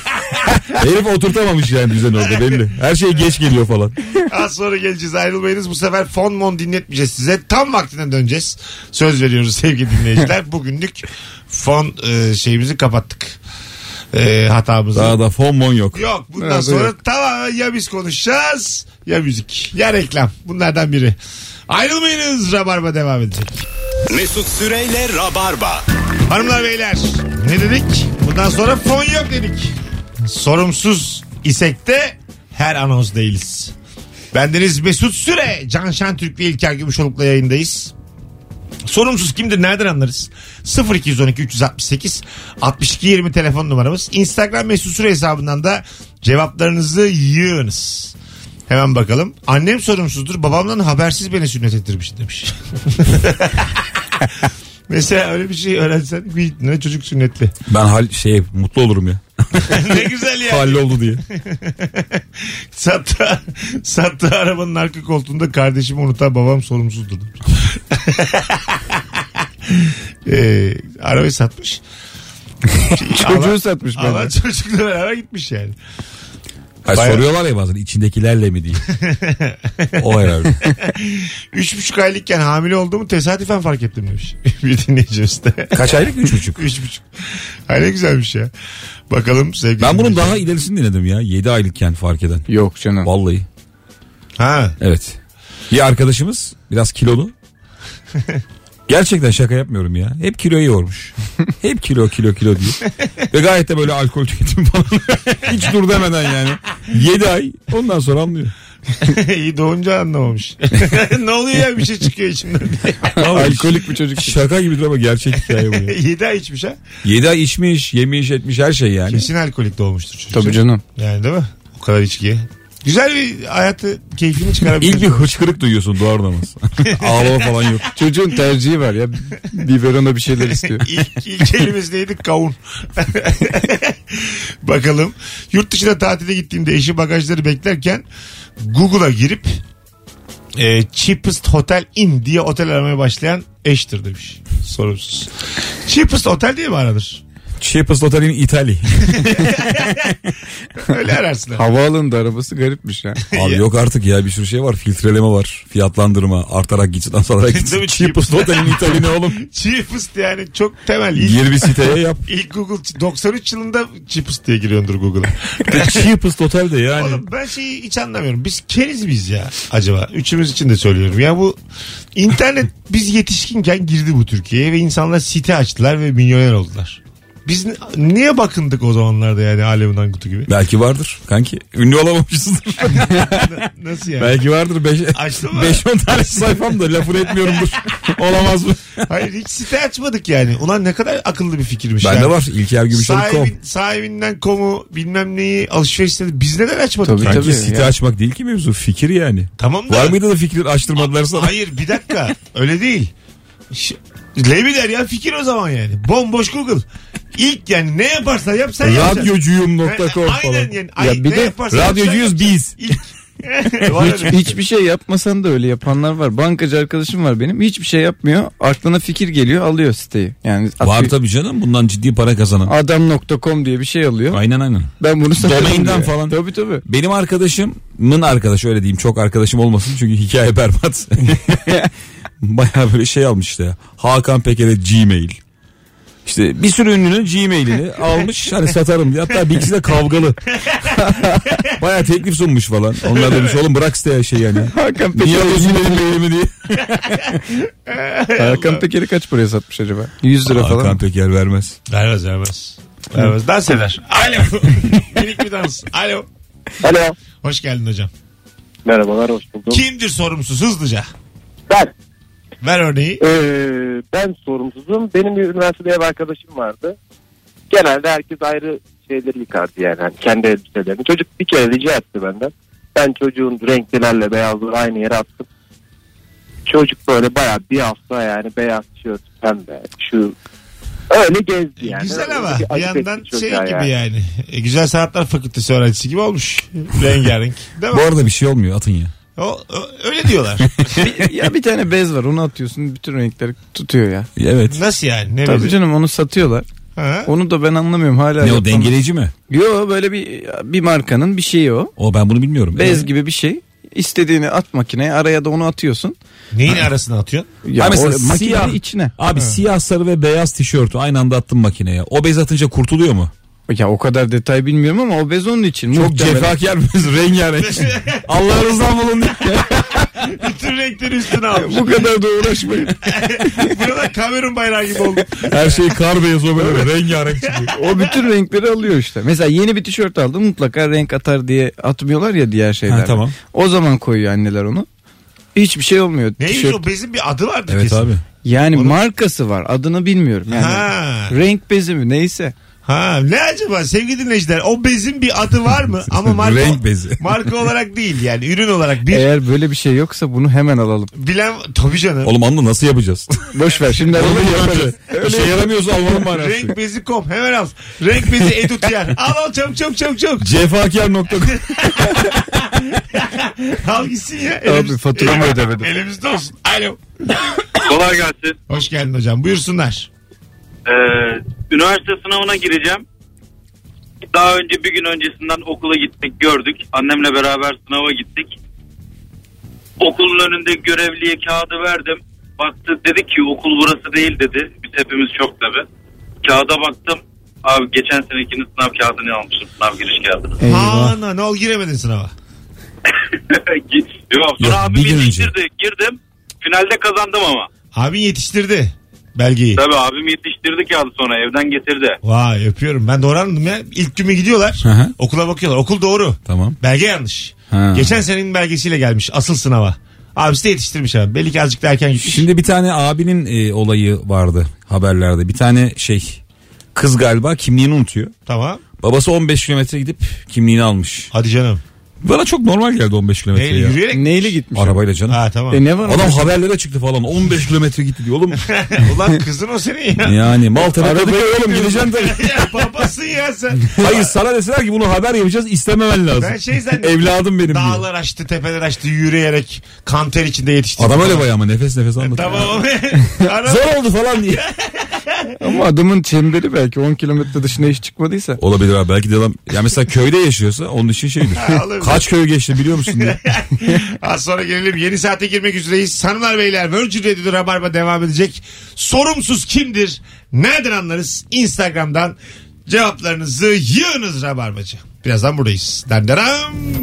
Speaker 3: Herif oturtamamış yani düzen orada belli. Her şey geç geliyor falan.
Speaker 2: Az sonra geleceğiz ayrılmayınız. Bu sefer fon mon dinletmeyeceğiz size. Tam vaktinden döneceğiz. Söz veriyoruz sevgili dinleyiciler. Bugünlük fon e, şeyimizi kapattık. E, hatamızı.
Speaker 3: Daha da fon mon yok.
Speaker 2: Yok bundan
Speaker 4: Evet,
Speaker 2: sonra
Speaker 4: yok.
Speaker 2: tamamen ya biz konuşacağız ya müzik ya reklam. Bunlardan biri. Ayrılmayınız Rabarba devam edecek.
Speaker 1: Mesut Süreyle Rabarba.
Speaker 2: Hanımlar beyler ne dedik? Bundan sonra fon yok dedik. Sorumsuz isek de her anons değiliz. Bendeniz Mesut Süre, Can Şentürk ve İlker Gümüşoluk'la yayındayız. Sorumsuz kimdir nereden anlarız? 0212 368 62 20 telefon numaramız. Instagram Mesut Süre hesabından da cevaplarınızı yığınız. Hemen bakalım. Annem sorumsuzdur. Babamdan habersiz beni sünnet ettirmiş demiş. Mesela öyle bir şey öğrensen bir ne çocuk sünnetli.
Speaker 3: Ben hal şey mutlu olurum ya.
Speaker 2: ne güzel ya.
Speaker 3: Halli oldu diye.
Speaker 2: Sattı, sattı arabanın arka koltuğunda kardeşimi unutan babam sorumsuzdur. ee, arabayı satmış.
Speaker 4: Çocuğu satmış
Speaker 2: Ama
Speaker 4: bence.
Speaker 2: çocukla beraber gitmiş yani.
Speaker 3: Ha,
Speaker 2: Bayağı.
Speaker 3: soruyorlar ya bazen içindekilerle mi diye. o herhalde.
Speaker 2: Üç buçuk aylıkken hamile olduğumu tesadüfen fark ettim demiş. bir dinleyicimiz de.
Speaker 3: Kaç aylık? Üç buçuk.
Speaker 2: Üç buçuk. Ha ne güzelmiş ya. Bakalım sevgili
Speaker 3: Ben bunun daha
Speaker 2: dinleyiciler.
Speaker 3: ilerisini dinledim ya. Yedi aylıkken fark eden.
Speaker 4: Yok canım.
Speaker 3: Vallahi.
Speaker 2: Ha.
Speaker 3: Evet. Bir arkadaşımız biraz kilolu. Gerçekten şaka yapmıyorum ya. Hep kiloyu yormuş. Hep kilo kilo kilo diye. Ve gayet de böyle alkol tüketimi falan. Hiç dur demeden yani. 7 ay ondan sonra anlıyor.
Speaker 2: İyi doğunca anlamamış. ne oluyor ya bir şey çıkıyor içimden diye.
Speaker 4: Alkolik bir çocuk.
Speaker 3: Şaka gibi ama gerçek hikaye bu ya.
Speaker 2: Yedi ay içmiş ha.
Speaker 3: 7 ay içmiş, yemiş, etmiş her şey yani.
Speaker 2: Kesin alkolik doğmuştur çocuk.
Speaker 4: Tabii canım.
Speaker 2: Yani değil mi? O kadar içkiye. Güzel bir hayatı keyfini çıkarabilir.
Speaker 3: İlk bir hıçkırık duyuyorsun doğar namaz. Ağlama falan yok.
Speaker 4: Çocuğun tercihi var ya. Biberona bir şeyler istiyor.
Speaker 2: ilk, ilk elimiz neydi? Kavun. Bakalım. Yurt dışına tatile gittiğimde eşi bagajları beklerken Google'a girip e, cheapest hotel in diye otel aramaya başlayan eştir demiş. Sorumsuz. cheapest otel diye mi aranır?
Speaker 3: Cheapest hotel in Italy.
Speaker 2: Öyle ararsın. abi.
Speaker 4: Havaalanında arabası garipmiş ya.
Speaker 3: Abi yok artık ya bir sürü şey var. Filtreleme var. Fiyatlandırma. Artarak gitsin azalarak
Speaker 2: Değil
Speaker 3: gitsin.
Speaker 2: mi?
Speaker 3: Cheapest hotel in Italy ne oğlum?
Speaker 2: cheapest yani çok temel. İlk,
Speaker 3: Gir bir siteye yap.
Speaker 2: ilk Google 93 yılında cheapest diye giriyordur Google'a.
Speaker 3: Cheapest hotel de yani.
Speaker 2: Oğlum ben şeyi hiç anlamıyorum. Biz keriz miyiz ya acaba? Üçümüz için de söylüyorum. Ya bu internet biz yetişkinken girdi bu Türkiye'ye ve insanlar site açtılar ve milyoner oldular. Biz n- niye bakındık o zamanlarda yani alemin kutu gibi?
Speaker 3: Belki vardır kanki. Ünlü olamamışsındır.
Speaker 2: Nasıl yani?
Speaker 3: Belki vardır. 5
Speaker 2: Açtın mı?
Speaker 3: 10 tane sayfam da lafını etmiyorumdur. Olamaz mı?
Speaker 2: Hayır hiç site açmadık yani. Ulan ne kadar akıllı bir fikirmiş.
Speaker 3: Bende
Speaker 2: yani.
Speaker 3: var. şey İlker Gümüşoluk.com.
Speaker 2: Sahibin, sahibinden komu bilmem neyi alışveriş sitesi biz neden açmadık?
Speaker 4: Tabii,
Speaker 2: yani?
Speaker 4: tabii.
Speaker 3: Kanki site
Speaker 4: ya.
Speaker 3: açmak değil ki mevzu. Fikir yani.
Speaker 2: Tamam da.
Speaker 3: Var mıydı da fikir açtırmadılar sana?
Speaker 2: Hayır bir dakika öyle değil. Ş- Levi der ya fikir o zaman yani. Bomboş Google. İlk yani ne yaparsan yap sen yapacaksın.
Speaker 3: Radyocuyum.com
Speaker 2: Aynen
Speaker 3: falan.
Speaker 2: yani. Ay,
Speaker 4: Ya bir
Speaker 2: ne
Speaker 4: de
Speaker 2: yaparsan yap sen
Speaker 3: Radyocuyuz biz.
Speaker 2: yapacaksın. Var
Speaker 4: Hiç,
Speaker 2: öyle.
Speaker 4: hiçbir şey yapmasan da öyle yapanlar var. Bankacı arkadaşım var benim. Hiçbir şey yapmıyor. Aklına fikir geliyor alıyor siteyi. Yani
Speaker 3: Var tabii canım bundan ciddi para kazanan.
Speaker 4: adam.com diye bir şey alıyor.
Speaker 3: Aynen aynen.
Speaker 4: Ben bunu satarım
Speaker 3: Domainden
Speaker 4: diyor.
Speaker 3: falan.
Speaker 4: Tabii tabii.
Speaker 3: Benim arkadaşımın arkadaşı öyle diyeyim çok arkadaşım olmasın çünkü hikaye berbat. Baya böyle şey almış işte ya. Hakan Peker'e Gmail. İşte bir sürü ünlünün Gmail'ini almış hani satarım diye. Hatta bir ikisi de kavgalı. Baya teklif sunmuş falan. Onlar demiş oğlum bırak site şey yani.
Speaker 4: Hakan
Speaker 3: Niye
Speaker 4: Peker,
Speaker 3: alıyorsun benim mailimi diye.
Speaker 4: Hakan Peker'i kaç paraya satmış acaba? 100 lira falan.
Speaker 3: Hakan Peker vermez.
Speaker 2: Vermez vermez. Vermez. Dans eder. Alo. Minik bir dans. Alo.
Speaker 5: Alo.
Speaker 2: Hoş geldin hocam.
Speaker 5: Merhabalar hoş buldum.
Speaker 2: Kimdir sorumsuz hızlıca?
Speaker 5: Ben,
Speaker 2: Ver örneği.
Speaker 5: eee, Ee, ben sorumsuzum. Benim bir üniversitede ev arkadaşım vardı. Genelde herkes ayrı şeyleri yıkardı yani. Hani kendi elbiselerini. Çocuk bir kere rica etti benden.
Speaker 9: Ben çocuğun renklilerle beyazları aynı yere attım. Çocuk böyle baya bir hafta yani beyaz tişört pembe şu öyle gezdi yani. Öyle
Speaker 2: güzel ama
Speaker 9: bir
Speaker 2: bir
Speaker 9: acı
Speaker 2: yandan
Speaker 9: çekti
Speaker 2: şey
Speaker 9: çocuğa
Speaker 2: gibi yani.
Speaker 9: yani.
Speaker 2: E, güzel Sanatlar Fakültesi öğrencisi gibi olmuş. Rengarenk. Değil
Speaker 3: Bu
Speaker 2: mi?
Speaker 3: arada bir şey olmuyor atın ya.
Speaker 2: O- o- öyle diyorlar.
Speaker 4: Bir- ya bir tane bez var onu atıyorsun bütün renkleri tutuyor ya.
Speaker 3: Evet.
Speaker 2: Nasıl yani? Ne
Speaker 4: Tabii
Speaker 2: bileyim?
Speaker 4: canım onu satıyorlar.
Speaker 2: Ha?
Speaker 4: Onu da ben anlamıyorum hala.
Speaker 3: Ne o
Speaker 4: yapamadım.
Speaker 3: dengeleyici mi?
Speaker 4: Yo böyle bir bir markanın bir şeyi o.
Speaker 3: O ben bunu bilmiyorum.
Speaker 4: Bez
Speaker 3: Evet.
Speaker 4: gibi bir şey. İstediğini at makineye araya da onu atıyorsun.
Speaker 2: Neyin arasına atıyorsun?
Speaker 4: Ya
Speaker 3: Ha, mesela
Speaker 4: o makinenin
Speaker 3: siyah-
Speaker 4: içine.
Speaker 3: Abi siyah sarı ve beyaz tişörtü aynı anda attım makineye. O bez atınca kurtuluyor mu?
Speaker 4: Ya o kadar detay bilmiyorum ama o bez onun için.
Speaker 3: Çok
Speaker 4: Muhtemelen-
Speaker 3: cefakar bez rengarenk. Allah rızan bulun diye.
Speaker 2: Bütün renkleri üstüne almış.
Speaker 4: Bu kadar da uğraşmayın.
Speaker 2: Burada Kamerun bayrağı gibi oldu.
Speaker 3: Her şey kar beyazı o böyle rengarenk çıkıyor.
Speaker 4: o bütün renkleri alıyor işte. Mesela yeni bir tişört aldım mutlaka renk atar diye atmıyorlar ya diğer şeyler.
Speaker 3: tamam.
Speaker 4: O zaman koyuyor anneler onu. Hiçbir şey olmuyor.
Speaker 2: Neymiş
Speaker 4: Tişört-
Speaker 2: o bezin bir adı vardı
Speaker 3: Evet
Speaker 2: kesin.
Speaker 3: abi.
Speaker 4: Yani markası var adını bilmiyorum. Yani
Speaker 2: Ha.
Speaker 4: Renk bezi mi neyse.
Speaker 2: Ha ne acaba sevgili dinleyiciler o bezin bir adı var mı? Ama marka,
Speaker 3: Renk bezi.
Speaker 2: marka olarak değil yani ürün olarak bir
Speaker 4: Eğer böyle bir şey yoksa bunu hemen alalım.
Speaker 2: bilen tabii canım.
Speaker 3: Oğlum anla nasıl yapacağız?
Speaker 4: Boş ver şimdi alalım yaparız.
Speaker 3: Bir şey yaramıyorsa almanın manası.
Speaker 2: Renk bezi kom hemen al. Renk bezi Edu Tiyar. Al al çabuk çabuk çabuk çabuk.
Speaker 3: Cefakar.com
Speaker 2: Al gitsin ya.
Speaker 4: Abi faturamı ödemedim.
Speaker 2: Elimizde olsun. Alo.
Speaker 8: Kolay gelsin.
Speaker 2: Hoş geldin hocam buyursunlar.
Speaker 8: Ee, üniversite sınavına gireceğim. Daha önce bir gün öncesinden okula gittik gördük. Annemle beraber sınava gittik. Okulun önünde görevliye kağıdı verdim. Baktı dedi ki okul burası değil dedi. Biz hepimiz çok tabi. Kağıda baktım. Abi geçen senekinin sınav kağıdını almışım. Sınav giriş kağıdını.
Speaker 4: Eyvah.
Speaker 2: Ana ne ol giremedin sınava.
Speaker 8: Yok
Speaker 3: Yok,
Speaker 8: sonra
Speaker 3: bir
Speaker 8: abim
Speaker 3: gün önce.
Speaker 8: yetiştirdi. Girdim. Finalde kazandım ama.
Speaker 2: Abin yetiştirdi belgeyi.
Speaker 8: Tabi abim yetiştirdi kağıdı sonra evden getirdi.
Speaker 2: Vay öpüyorum. Ben doğru anladım ya. İlk gün mü gidiyorlar?
Speaker 3: Hı hı.
Speaker 2: Okula bakıyorlar. Okul doğru.
Speaker 3: Tamam.
Speaker 2: Belge yanlış.
Speaker 3: Ha.
Speaker 2: Geçen senenin belgesiyle gelmiş asıl sınava. Abisi de yetiştirmiş abi. Belli ki azıcık da erken gitmiş.
Speaker 3: Şimdi bir tane abinin e, olayı vardı haberlerde. Bir tane şey kız galiba kimliğini unutuyor.
Speaker 2: Tamam.
Speaker 3: Babası 15 kilometre gidip kimliğini almış.
Speaker 2: Hadi canım.
Speaker 3: Bana çok normal geldi 15 kilometre
Speaker 2: Neyle
Speaker 3: Şey ya.
Speaker 2: yürüyerek?
Speaker 4: Neyle gitmiş?
Speaker 3: Arabayla canım.
Speaker 2: Ha tamam.
Speaker 4: E ne var?
Speaker 3: Adam haberlere çıktı falan 15 kilometre gitti diyor oğlum.
Speaker 2: Ulan kızın o senin ya.
Speaker 3: Yani Maltepe
Speaker 4: Arabaya
Speaker 3: Kadıköy oğlum
Speaker 4: gidiyoruz.
Speaker 3: gideceksin tabii.
Speaker 2: ya babasın ya sen.
Speaker 3: Hayır sana deseler ki bunu haber yapacağız istememen lazım.
Speaker 2: Ben şey zannettim.
Speaker 3: Evladım benim diyor.
Speaker 2: Dağlar açtı, tepeler açtı yürüyerek kanter içinde yetişti.
Speaker 3: Adam öyle bayağı ama nefes nefes anlatıyor.
Speaker 2: Tamam abi. Ara-
Speaker 3: Zor oldu falan diye.
Speaker 4: Ama adamın çemberi belki 10 kilometre dışına hiç çıkmadıysa.
Speaker 3: Olabilir abi belki de adam ya mesela köyde yaşıyorsa onun için şeydir.
Speaker 2: Ha, olabilir.
Speaker 3: Kaç köy geçti biliyor musun diye.
Speaker 2: Az sonra gelelim. Yeni saate girmek üzereyiz. Hanımlar beyler Virgin Radio'da Rabarba devam edecek. Sorumsuz kimdir? Nereden anlarız? Instagram'dan cevaplarınızı yığınız Rabarbacı. Birazdan buradayız. Denderam.